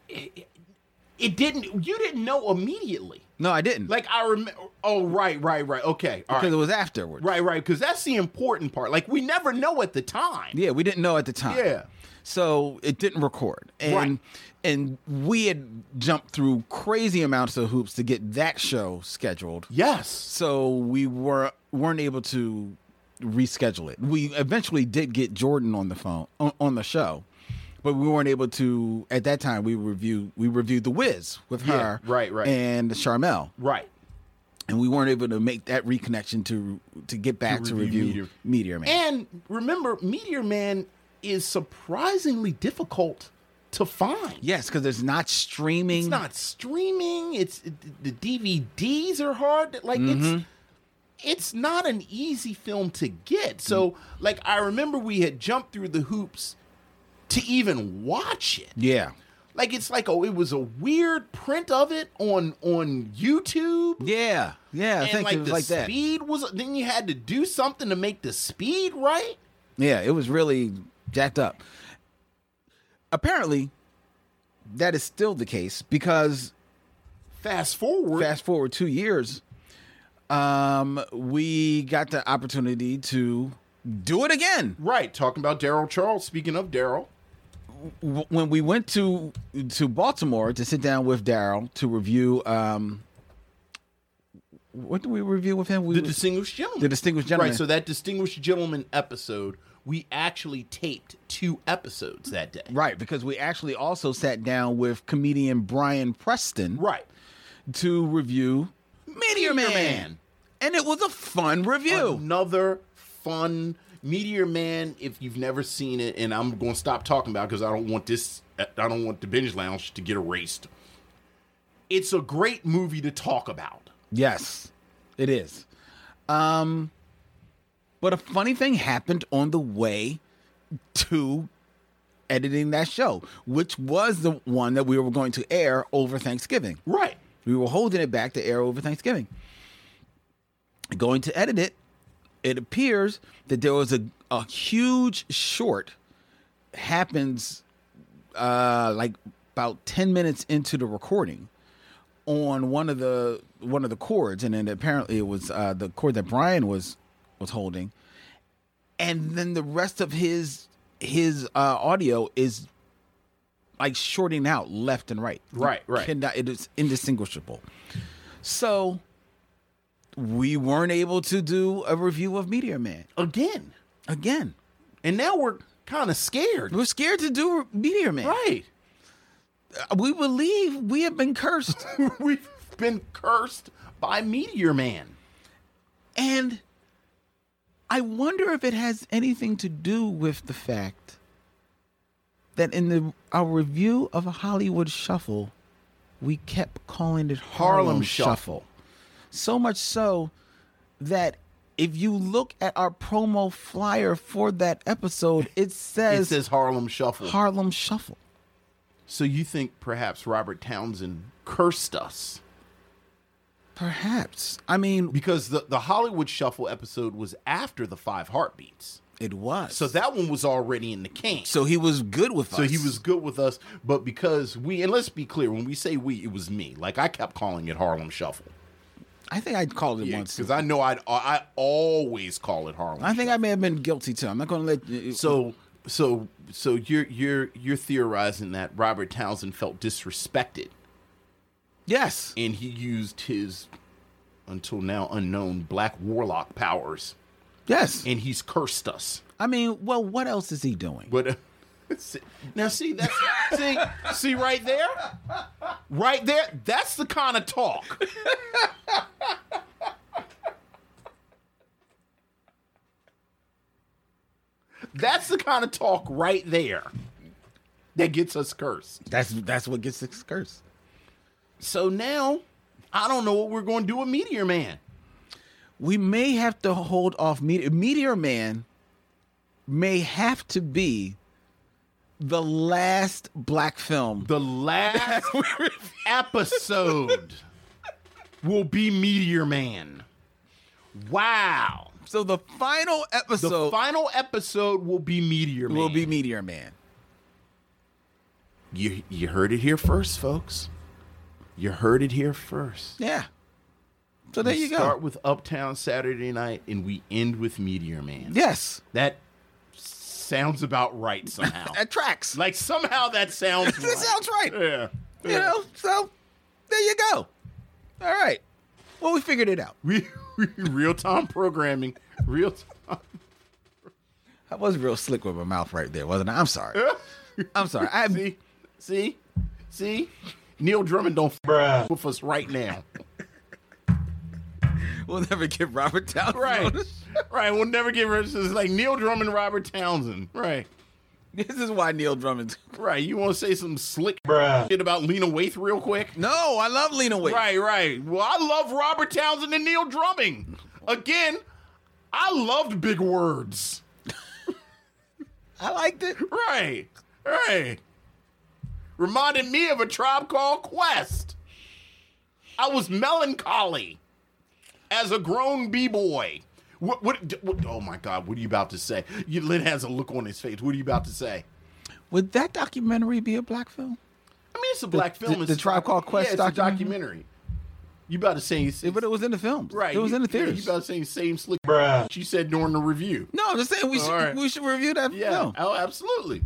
Speaker 2: It didn't. You didn't know immediately.
Speaker 1: No, I didn't.
Speaker 2: Like I remember. Oh, right, right, right. Okay, all
Speaker 1: because
Speaker 2: right,
Speaker 1: it was afterwards.
Speaker 2: right, right. Because that's the important part. Like we never know at the time.
Speaker 1: Yeah, we didn't know at the time.
Speaker 2: Yeah.
Speaker 1: So it didn't record. And
Speaker 2: Right.
Speaker 1: and we had jumped through crazy amounts of hoops to get that show scheduled.
Speaker 2: Yes.
Speaker 1: So we were weren't able to reschedule it. We eventually did get Jordan on the phone on, on the show. But we weren't able to at that time we reviewed we reviewed The Wiz with
Speaker 2: Yeah,
Speaker 1: her
Speaker 2: right, right.
Speaker 1: and Charmel.
Speaker 2: Right.
Speaker 1: And we weren't able to make that reconnection to to get back to,
Speaker 2: review
Speaker 1: review Meteor,
Speaker 2: Meteor-
Speaker 1: Man.
Speaker 2: And remember, Meteor Man is surprisingly difficult to find.
Speaker 1: yes, because it's not streaming.
Speaker 2: It's not streaming. It's it- the DVDs are hard. Like
Speaker 1: Mm-hmm.
Speaker 2: it's it's not an easy film to get.
Speaker 1: Mm.
Speaker 2: So like I remember we had jumped through the hoops to even watch it.
Speaker 1: Yeah.
Speaker 2: Like it's like oh it was a weird print of it on on YouTube.
Speaker 1: Yeah, yeah, I
Speaker 2: and
Speaker 1: think
Speaker 2: like
Speaker 1: it was
Speaker 2: the
Speaker 1: like that.
Speaker 2: speed was then you had to do something to make the speed right.
Speaker 1: Yeah, it was really jacked up. Apparently, that is still the case because
Speaker 2: Fast forward.
Speaker 1: fast forward two years, um, we got the opportunity to do it again.
Speaker 2: Right, talking about Daryl Charles. Speaking of Daryl,
Speaker 1: W- When we went to to Baltimore to sit down with Daryl to review, um, what did we review with him? We
Speaker 2: the distinguished gentleman.
Speaker 1: The Distinguished Gentleman.
Speaker 2: Right, so that distinguished gentleman episode, we actually taped two episodes that day.
Speaker 1: right because we actually also sat down with comedian Brian Preston.
Speaker 2: Right.
Speaker 1: to review Meteor
Speaker 2: Meteor
Speaker 1: Man.
Speaker 2: Man.
Speaker 1: And it was a fun review.
Speaker 2: Another fun Meteor Man. If you've never seen it, and I'm going to stop talking about because I don't want this. I don't want the binge lounge to get erased. It's a great movie to talk about.
Speaker 1: Yes, it is. Um, but a funny thing happened on the way to editing that show, which was the one that we were going to air over Thanksgiving.
Speaker 2: Right.
Speaker 1: We were holding it back to air over Thanksgiving. Going to edit it, it appears that there was a, a huge short happens uh like about 10 minutes into the recording on one of the one of the chords and then apparently it was uh the chord that Brian was was holding and then the rest of his his uh audio is like shorting out left and right
Speaker 2: Right, right.
Speaker 1: cannot, it is indistinguishable so we weren't able to do a review of Meteor Man
Speaker 2: Again.
Speaker 1: again
Speaker 2: And now we're kind of scared.
Speaker 1: we're scared to do Meteor Man
Speaker 2: Right.
Speaker 1: we believe we have been [laughs] cursed
Speaker 2: [laughs] We've been cursed by Meteor Man.
Speaker 1: And I wonder if it has anything to do with the fact that in the our review of Hollywood Shuffle, we kept calling it Harlem,
Speaker 2: Harlem Shuffle.
Speaker 1: Shuffle. So much so that if you look at our promo flyer for that [laughs] episode, it
Speaker 2: It
Speaker 1: says,
Speaker 2: says Harlem Shuffle.
Speaker 1: Harlem Shuffle.
Speaker 2: So you think perhaps Robert Townsend cursed us
Speaker 1: Perhaps. I mean,
Speaker 2: because the, the Hollywood Shuffle episode was after the Five Heartbeats.
Speaker 1: it was.
Speaker 2: So that one was already in the can.
Speaker 1: so he was good with us.
Speaker 2: So he was good with us, but because we, and let's be clear, when we say we, it was me. Like I kept calling it Harlem Shuffle
Speaker 1: I think I called it once.
Speaker 2: because I know I'd, I always call it Harlem.
Speaker 1: I think I may have been guilty too. I'm not going to let.
Speaker 2: So so so you're you're you're theorizing that Robert Townsend felt disrespected
Speaker 1: yes,
Speaker 2: and he used his until now unknown black warlock powers
Speaker 1: yes.
Speaker 2: and he's cursed us.
Speaker 1: I mean, well, what else is he doing?
Speaker 2: But uh, [laughs] see- now see that's see see right there, right there. That's the kind of talk. That's the kind of talk right there that gets us cursed.
Speaker 1: That's that's what gets this curse.
Speaker 2: So now I don't know what we're going to do with Meteor Man.
Speaker 1: We may have to hold off Meteor, Meteor Man. May have to be the last black film.
Speaker 2: The last episode will be Meteor Man. Wow.
Speaker 1: So the final
Speaker 2: The
Speaker 1: episode
Speaker 2: final episode will be Meteor Man.
Speaker 1: will be Meteor Man.
Speaker 2: You, you heard it here first, folks. You heard it here first.
Speaker 1: Yeah. So there
Speaker 2: we
Speaker 1: you go.
Speaker 2: Start with Uptown Saturday Night, and we end with Meteor Man.
Speaker 1: yes,
Speaker 2: That sounds about right somehow.
Speaker 1: [laughs] that tracks.
Speaker 2: like somehow that sounds.
Speaker 1: [laughs] that sounds right.
Speaker 2: Yeah.
Speaker 1: You know, so there you go. All right. Well, we figured it out.
Speaker 2: We, [laughs] we real time programming. Real [laughs] time.
Speaker 1: I was real slick with my mouth right there, wasn't I? I'm sorry.
Speaker 2: [laughs]
Speaker 1: I'm sorry. I
Speaker 2: See, see, see. Neil Drummond don't f- with us right now.
Speaker 1: will never give Robert Downey.
Speaker 2: Right,
Speaker 1: notice.
Speaker 2: [laughs] right. We'll never get rid of this. It's like Neil Drummond, Robert Townsend. Right,
Speaker 1: This is why Neil Drummond's.
Speaker 2: right. You want to say some slick shit about Lena Waith real quick?
Speaker 1: No, I love Lena Waithe.
Speaker 2: Right, right. Well, I love Robert Townsend and Neil Drummond. Again, I loved big words.
Speaker 1: I liked it.
Speaker 2: Right, right. Reminded me of a tribe called Quest. I was melancholy as a grown b boy. What, what, d- what? Oh my God! What are you about to say? You, Lynn has a look on his face. What are you about to say?
Speaker 1: Would that documentary be a black film?
Speaker 2: I mean, it's a black film.
Speaker 1: the-
Speaker 2: it's
Speaker 1: the Tribe Called Quest
Speaker 2: yeah, it's a
Speaker 1: documentary?
Speaker 2: documentary. You about to say? It's,
Speaker 1: But it was in the films.
Speaker 2: right.
Speaker 1: It was
Speaker 2: you-
Speaker 1: in the
Speaker 2: yeah,
Speaker 1: theaters.
Speaker 2: You about to say the same slick she said during the review?
Speaker 1: no, I'm just saying we should
Speaker 2: All right.
Speaker 1: we should review that
Speaker 2: Yeah.
Speaker 1: film.
Speaker 2: Oh, absolutely.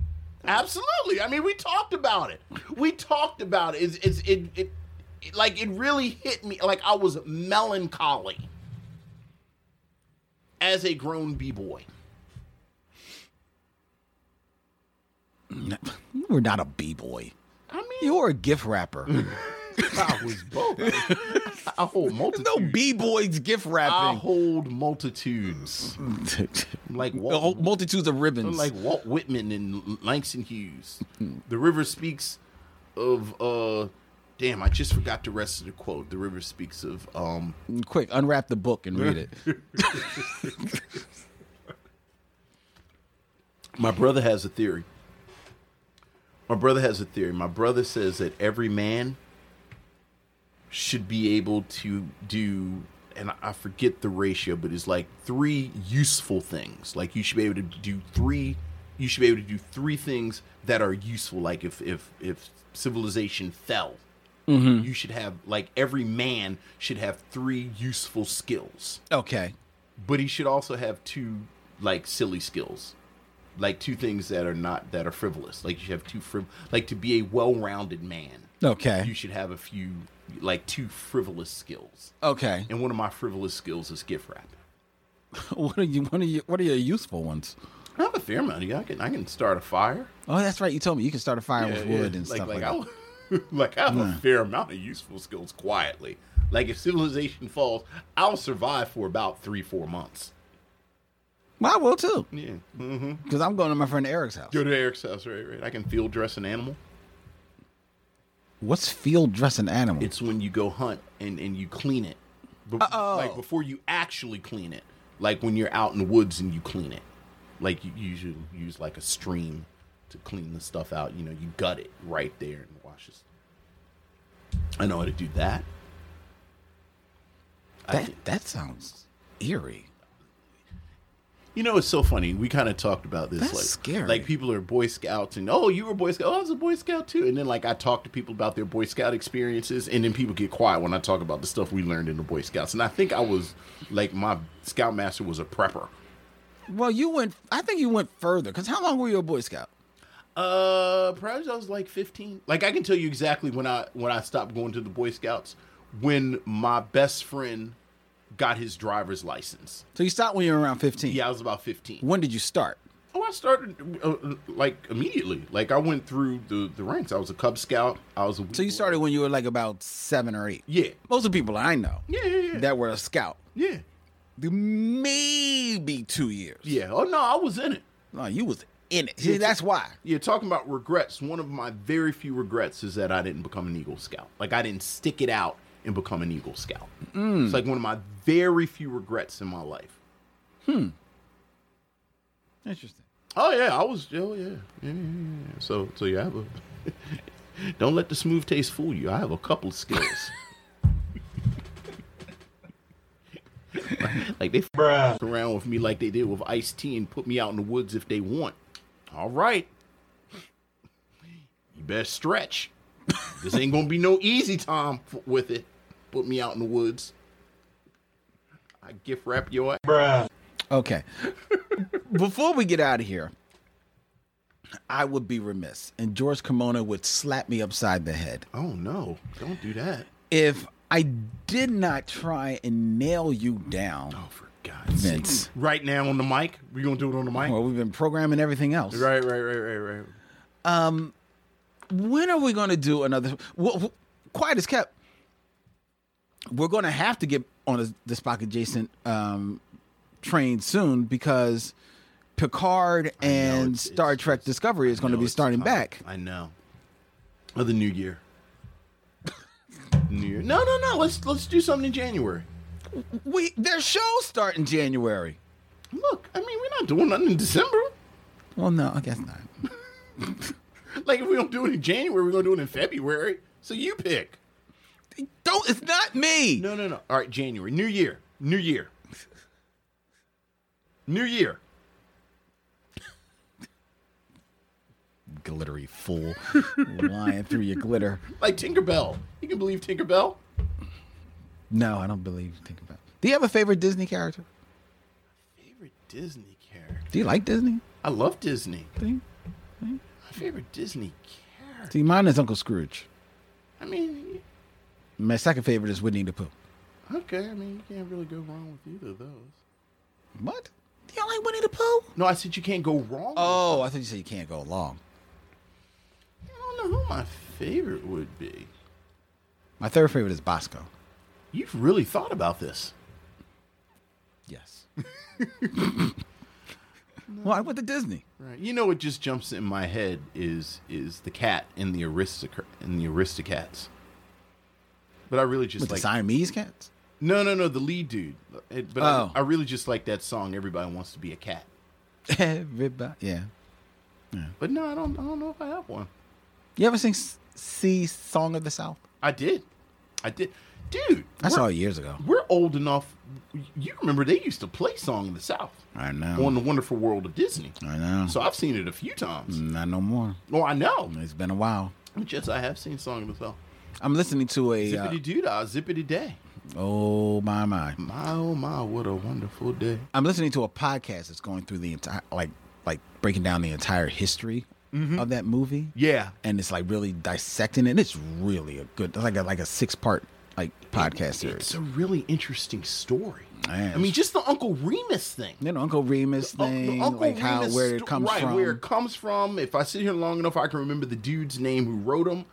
Speaker 2: Absolutely. I mean, we talked about it. We talked about it. It's, it's it, it it like it really hit me like I was melancholy as a grown b-boy.
Speaker 1: You were not a b boy.
Speaker 2: I mean,
Speaker 1: You were a gift wrapper.
Speaker 2: [laughs] [laughs] I was both. I hold multitudes.
Speaker 1: no b boys gift
Speaker 2: I
Speaker 1: wrapping.
Speaker 2: hold multitudes.
Speaker 1: [laughs]
Speaker 2: Like
Speaker 1: A whole
Speaker 2: Walt,
Speaker 1: multitudes of ribbons.
Speaker 2: Oh. like Walt Whitman and Langston Hughes. The river speaks of uh damn, I just forgot the rest of the quote. The river speaks of um
Speaker 1: Quick, unwrap the book and read it.
Speaker 2: [laughs] My brother has a theory. My brother has a theory. My brother says that every man should be able to do, and I forget the ratio, but it's like three useful things. Like you should be able to do three. You should be able to do three things that are useful. Like if if if civilization fell, you should have like every man should have three useful skills
Speaker 1: Okay.
Speaker 2: but he should also have two like silly skills like two things that are not that are frivolous like you should have two friv- like to be a well-rounded man you
Speaker 1: Okay.
Speaker 2: should have a few like two frivolous skills
Speaker 1: Okay.
Speaker 2: and one of my frivolous skills is gift wrapping
Speaker 1: What are you? What are you? What are your useful ones?
Speaker 2: i have a fair amount of i can i can start a fire
Speaker 1: Oh, that's right. You told me you can start a fire
Speaker 2: Yeah,
Speaker 1: with
Speaker 2: yeah.
Speaker 1: wood and
Speaker 2: like,
Speaker 1: stuff like,
Speaker 2: like, I,
Speaker 1: that.
Speaker 2: w- [laughs] like i have a fair amount of useful skills quietly like if civilization falls i'll survive for about three four months
Speaker 1: Well, I will too,
Speaker 2: yeah
Speaker 1: because I'm going to my friend Eric's house.
Speaker 2: go to eric's house right right i can field dress an animal
Speaker 1: What's field dressing animal?
Speaker 2: It's when you go hunt and, and you clean it. Be-
Speaker 1: Uh-oh.
Speaker 2: Like before you actually clean it. Like when you're out in the woods and you clean it. Like you usually use like a stream to clean the stuff out. You know, you gut it right there and wash it. I know how to do that.
Speaker 1: that that sounds eerie.
Speaker 2: You know, it's so funny. We kind of talked about this.
Speaker 1: That's
Speaker 2: like,
Speaker 1: scary.
Speaker 2: Like people are Boy Scouts and oh, you were Boy Scout. Oh, I was a Boy Scout too. And then like I talk to people about their Boy Scout experiences, and then people get quiet when I talk about the stuff we learned in the Boy Scouts. And I think I was like my Scoutmaster was a prepper.
Speaker 1: Well, you went. I think you went further. Because how long were you a Boy Scout?
Speaker 2: Uh, perhaps I was like fifteen. Like I can tell you exactly when I when I stopped going to the Boy Scouts when my best friend got his driver's license.
Speaker 1: So you stopped when you were around 15.
Speaker 2: Yeah, I was about fifteen.
Speaker 1: When did you start?
Speaker 2: Oh, I started uh, uh, like immediately. Like I went through the the ranks. I was a Cub Scout. I was a
Speaker 1: So you started when you were like about seven or eight.
Speaker 2: Yeah,
Speaker 1: Most of the people I know
Speaker 2: yeah, yeah, yeah.
Speaker 1: that were a scout,
Speaker 2: yeah,
Speaker 1: do maybe two years.
Speaker 2: yeah. Oh no, I was in it.
Speaker 1: No, you was in it. See, that's why.
Speaker 2: Yeah, talking about regrets. One of my very few regrets is that I didn't become an Eagle Scout. Like I didn't stick it out and become an Eagle Scout.
Speaker 1: Mm.
Speaker 2: It's like one of my very few regrets in my life.
Speaker 1: Interesting.
Speaker 2: Oh yeah, I was. Oh yeah. Yeah, yeah, yeah. So so you have a. [laughs] Don't let the smooth taste fool you. I have a couple of skills. [laughs] like they f- around with me like they did with Ice T and put me out in the woods if they want. All right. You better stretch. this ain't gonna be no easy time f- with it. Put me out in the woods. I gift wrap your ass.
Speaker 1: Okay. [laughs] Before we get out of here, I would be remiss, and George Kimona would slap me upside the head
Speaker 2: Oh no! Don't do that.
Speaker 1: if I did not try and nail you down.
Speaker 2: Oh, for God's
Speaker 1: Vince.
Speaker 2: sake. Right now on the mic? we going to do it on the mic?
Speaker 1: Well, we've been programming everything else.
Speaker 2: Right, right, right, right, right.
Speaker 1: When are we going to do another? Well, well, quiet as kept. We're going to have to get on a, the Spock adjacent um, train soon because Picard and
Speaker 2: it's-
Speaker 1: Star
Speaker 2: it's-
Speaker 1: Trek Discovery is going to
Speaker 2: No,
Speaker 1: be
Speaker 2: it's
Speaker 1: starting
Speaker 2: time.
Speaker 1: back.
Speaker 2: Oh, I know. Of the new year. new year. No, no, no. Let's let's do something in January.
Speaker 1: We their shows start in January.
Speaker 2: Look, I mean, we're not doing nothing in December.
Speaker 1: Well, no, I guess not.
Speaker 2: Like, if we don't do it in January, we're going to do it in February. So you pick.
Speaker 1: Don't. It's not me.
Speaker 2: No, no, no. All right, January. New year. New year. New year.
Speaker 1: Glittery fool, [laughs] lying through your glitter.
Speaker 2: Like Tinkerbell. You can believe Tinkerbell?
Speaker 1: No, I don't believe. Think about. It. Do you have a favorite Disney character?
Speaker 2: Favorite Disney character.
Speaker 1: Do you like Disney?
Speaker 2: I love Disney.
Speaker 1: Thing?
Speaker 2: My favorite Disney character.
Speaker 1: See, mine is Uncle Scrooge.
Speaker 2: I mean,
Speaker 1: My second favorite is Winnie the Pooh.
Speaker 2: okay. I mean, you can't really go wrong with either of those.
Speaker 1: What? Do you like Winnie the Pooh?
Speaker 2: No, I said you can't go wrong.
Speaker 1: Oh, I thought you said you can't go along.
Speaker 2: I don't know who my favorite would be.
Speaker 1: My third favorite is Bosco.
Speaker 2: You've really thought about this.
Speaker 1: Yes. [laughs] Well, I went to Disney.
Speaker 2: Right. You know what just jumps in my head is is the cat in the aristocrat in the aristocats. But I really just
Speaker 1: With the
Speaker 2: like
Speaker 1: Siamese cats.
Speaker 2: No, no, no, the lead dude. It- but
Speaker 1: Oh.
Speaker 2: I, I really just like that song Everybody Wants to Be a Cat.
Speaker 1: Everybody. Yeah.
Speaker 2: But no, I don't I don't know if I have one.
Speaker 1: You ever sing S- "See Song of the South"?
Speaker 2: I did. I did. Dude,
Speaker 1: I
Speaker 2: we're-
Speaker 1: saw it years ago.
Speaker 2: we're old enough. You remember they used to play "Song of the South"
Speaker 1: I know.
Speaker 2: on the Wonderful World of Disney.
Speaker 1: I know.
Speaker 2: So I've seen it a few times.
Speaker 1: Not no more.
Speaker 2: Oh, I know.
Speaker 1: It's been a while.
Speaker 2: Yes, I have seen "Song of the South."
Speaker 1: I'm listening to a. uh,
Speaker 2: Zippity doo dah, zippity day.
Speaker 1: oh my my!
Speaker 2: My oh my, what a wonderful day.
Speaker 1: I'm listening to a podcast that's going through the entire like like breaking down the entire history of that movie.
Speaker 2: Mm-hmm. Yeah,
Speaker 1: and it's like really dissecting it. It's really a good, it's like a like a six part like podcast
Speaker 2: it's
Speaker 1: series.
Speaker 2: a really interesting story.
Speaker 1: Man.
Speaker 2: I mean, just the Uncle Remus thing.
Speaker 1: You know, Uncle Remus
Speaker 2: Uncle-
Speaker 1: thing,
Speaker 2: Uncle
Speaker 1: like how
Speaker 2: Remus
Speaker 1: where
Speaker 2: sto-
Speaker 1: it comes
Speaker 2: right,
Speaker 1: from.
Speaker 2: Where it comes from. If I sit here long enough, I can remember the dude's name who wrote them.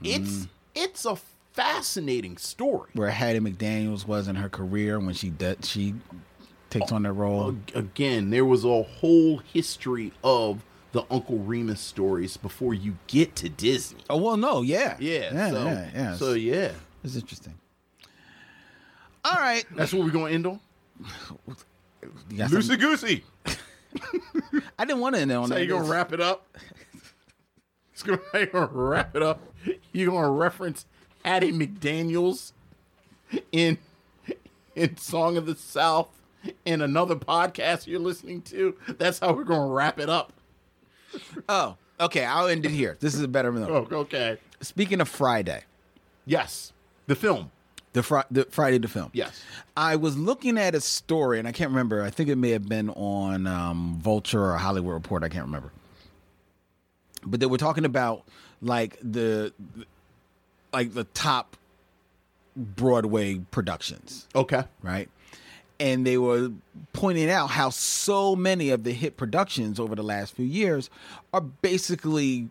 Speaker 1: Mm.
Speaker 2: It's it's a fascinating story.
Speaker 1: where Hattie McDaniels was in her career when she de- she
Speaker 2: Oh,
Speaker 1: takes on that role.
Speaker 2: Ag- again, there was a whole history of the Uncle Remus stories before you get to Disney.
Speaker 1: Oh well, no, yeah,
Speaker 2: Yeah,
Speaker 1: yeah,
Speaker 2: so,
Speaker 1: yeah, yeah.
Speaker 2: So yeah,
Speaker 1: it's interesting. All right,
Speaker 2: that's what we're gonna end on.
Speaker 1: You got
Speaker 2: Loosey
Speaker 1: something-
Speaker 2: goosey.
Speaker 1: I didn't want to end on
Speaker 2: That's how
Speaker 1: that.
Speaker 2: you gonna wrap it up. It's gonna [laughs] how you gonna wrap it up. You gonna reference Hattie McDaniel's in in Song of the South in another podcast you're listening to. That's how we're gonna wrap it up.
Speaker 1: Oh, okay, I'll end it here. This is a better note.
Speaker 2: Oh, okay.
Speaker 1: Speaking of Friday,
Speaker 2: Yes, the film.
Speaker 1: the, fri- the Friday the film.
Speaker 2: Yes.
Speaker 1: I was looking at a story, and I can't remember. I think it may have been on um, Vulture or Hollywood Report. I can't remember. But they were talking about like the like the top Broadway productions,
Speaker 2: Okay.
Speaker 1: right? And they were pointing out how so many of the hit productions over the last few years are basically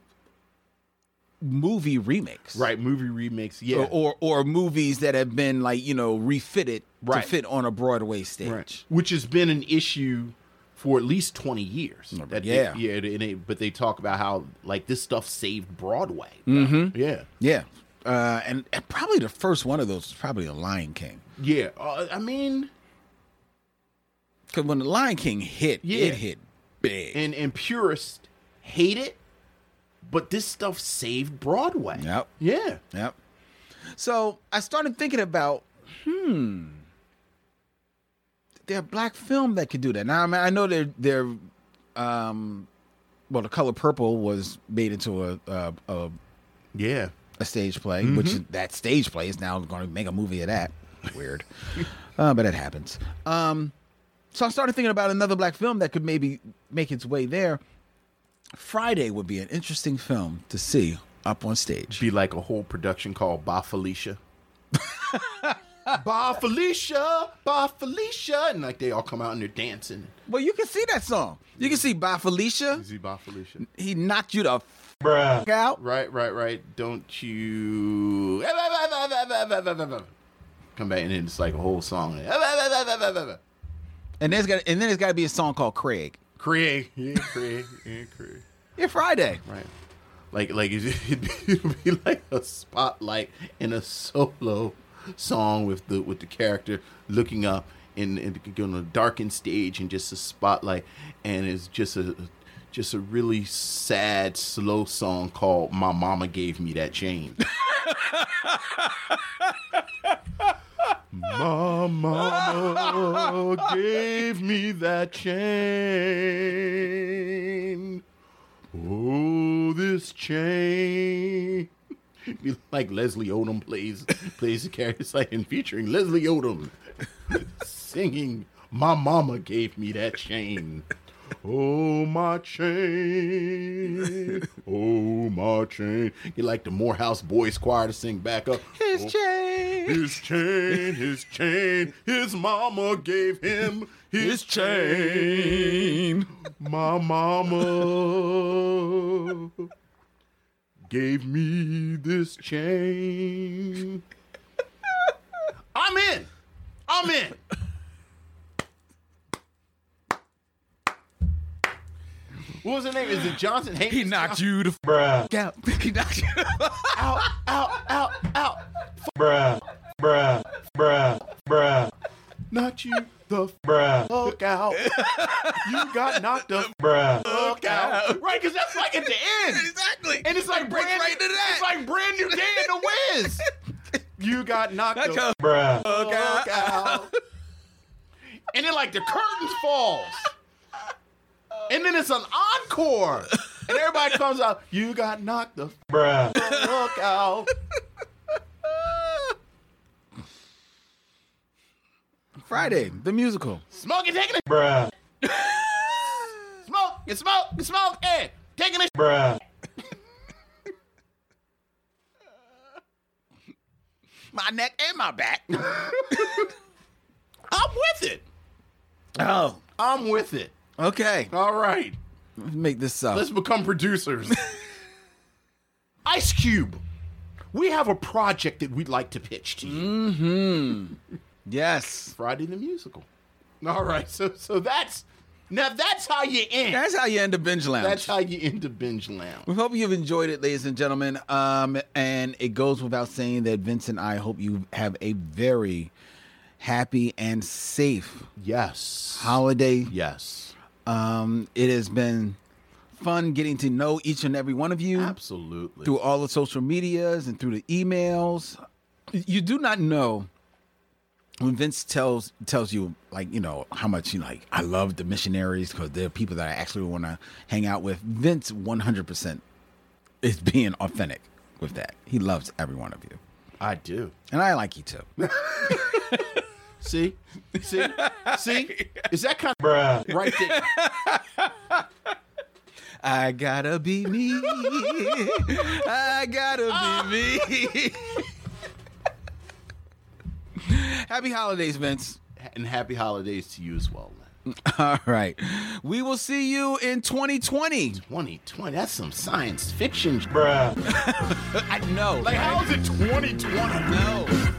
Speaker 1: movie remakes,
Speaker 2: Right, movie remakes. Yeah.
Speaker 1: Or, or or movies that have been like you know refitted
Speaker 2: Right.
Speaker 1: to fit on a Broadway stage.
Speaker 2: Right. Which has been an issue for at least 20 years. That they-
Speaker 1: Yeah.
Speaker 2: yeah. They, they- but they talk about how, like, this stuff saved Broadway.
Speaker 1: Mm-hmm.
Speaker 2: Yeah.
Speaker 1: Yeah, uh, and, and probably the first one of those is probably The Lion King.
Speaker 2: Yeah. Uh, I mean,
Speaker 1: Because when The Lion King hit,
Speaker 2: Yeah.
Speaker 1: it hit big.
Speaker 2: and and purists hate it, but this stuff saved Broadway.
Speaker 1: Yep.
Speaker 2: Yeah.
Speaker 1: Yep. So I started thinking about, hmm, there are black film that could do that. Now I mean I know they're they're, um, well, the color purple was made into a a, a,
Speaker 2: Yeah.
Speaker 1: a stage play, which that stage play is now going to make a movie of that. [laughs] Weird, uh, but it happens. Um, so I started thinking about another black film that could maybe make its way there. Friday would be an interesting film to see up on stage.
Speaker 2: Be like a whole production called Ba
Speaker 1: [laughs]
Speaker 2: Felicia. ba Felicia, Ba Felicia, and like they all come out and they're dancing.
Speaker 1: Well, you can see that song. You can see by Felicia.
Speaker 2: Is he Ba Felicia?
Speaker 1: He knocked you the f- out.
Speaker 2: Right, right, right. Don't you come back and then it's like a whole song.
Speaker 1: And there's got and then there's got to be a song called Craig.
Speaker 2: Craig, yeah, Craig, yeah, Craig.
Speaker 1: Yeah, Friday.
Speaker 2: Right. Like like [laughs] it'd be, it'd be like a spotlight in a solo song with the with the character looking up and and going on a darkened stage and just a spotlight and it's just a just a really sad slow song called "My Mama Gave Me That Chain." My mama gave me that chain. Oh, this chain. Be Like Leslie Odom plays plays the character it's like and featuring Leslie Odom singing My Mama Gave Me That Chain. Oh my chain. Oh my chain. You like the Morehouse Boys Choir to sing back up.
Speaker 1: His
Speaker 2: Oh,
Speaker 1: chain.
Speaker 2: his chain, his chain, his mama gave him his chain. My mama gave me this chain. I'm in. I'm in. What was her name? Is it Johnson?
Speaker 1: He
Speaker 2: Haynes?
Speaker 1: knocked you the f- out. [laughs] He knocked you.
Speaker 2: out, out, out, out.
Speaker 3: bruh, bruh, bruh, bruh,
Speaker 2: Not you the
Speaker 3: bruh,
Speaker 2: fuck out. You got knocked the
Speaker 3: bruh.
Speaker 2: fuck out. Right, because that's like at the end.
Speaker 1: exactly.
Speaker 2: And it's like brand
Speaker 1: right
Speaker 2: new,
Speaker 1: to that.
Speaker 2: It's like brand new day in the Wiz. You got knocked
Speaker 1: That
Speaker 2: the
Speaker 1: kind
Speaker 3: bruh,
Speaker 2: fuck out. And then like the curtains falls. And then it's an encore. And everybody comes out. You got knocked the
Speaker 3: bruh,
Speaker 2: fuck
Speaker 1: of-
Speaker 2: out.
Speaker 1: Friday, the musical.
Speaker 2: Smoking, taking a
Speaker 3: bruh,
Speaker 2: [laughs] smoke, you smoke, you smoke, eh. and taking a
Speaker 3: bruh,
Speaker 1: My neck and my back.
Speaker 2: I'm with it.
Speaker 1: [laughs] oh,
Speaker 2: I'm with it.
Speaker 1: okay.
Speaker 2: All right.
Speaker 1: Let's make this up.
Speaker 2: Let's
Speaker 3: [laughs]
Speaker 2: become producers. Ice Cube, we have a project that we'd like to pitch to
Speaker 3: Mm-hmm.
Speaker 2: you.
Speaker 1: yes.
Speaker 2: Friday the musical. All right, so so that's now that's how you end. That's,
Speaker 1: That's how you end the binge lounge.
Speaker 2: how you end the binge lounge.
Speaker 1: We hope you've enjoyed it, ladies and gentlemen. Um, and it goes without saying that Vince and I hope you have a very happy and safe
Speaker 2: Yes.
Speaker 1: holiday.
Speaker 2: Yes.
Speaker 1: Um, it has been fun getting to know each and every one of you
Speaker 2: Absolutely.
Speaker 1: through all the social medias and through the emails. You do not know when Vince tells tells you like you know how much you like I love the missionaries because they're people that I actually want to hang out with. Vince one hundred percent is being authentic with that. He loves every one of you,
Speaker 2: I do.
Speaker 1: and I like you too.
Speaker 2: See? See?
Speaker 3: [laughs]
Speaker 2: See? Is that kind
Speaker 3: bruh.
Speaker 2: of right there?
Speaker 1: [laughs] I gotta be me. I gotta be me. [laughs] Happy holidays, Vince.
Speaker 2: And happy holidays to you as well, Len.
Speaker 1: All right. We will see you in 2020.
Speaker 2: 2020. That's some science fiction.
Speaker 3: Bruh.
Speaker 1: I know.
Speaker 2: Like, how is it 2020?
Speaker 1: no.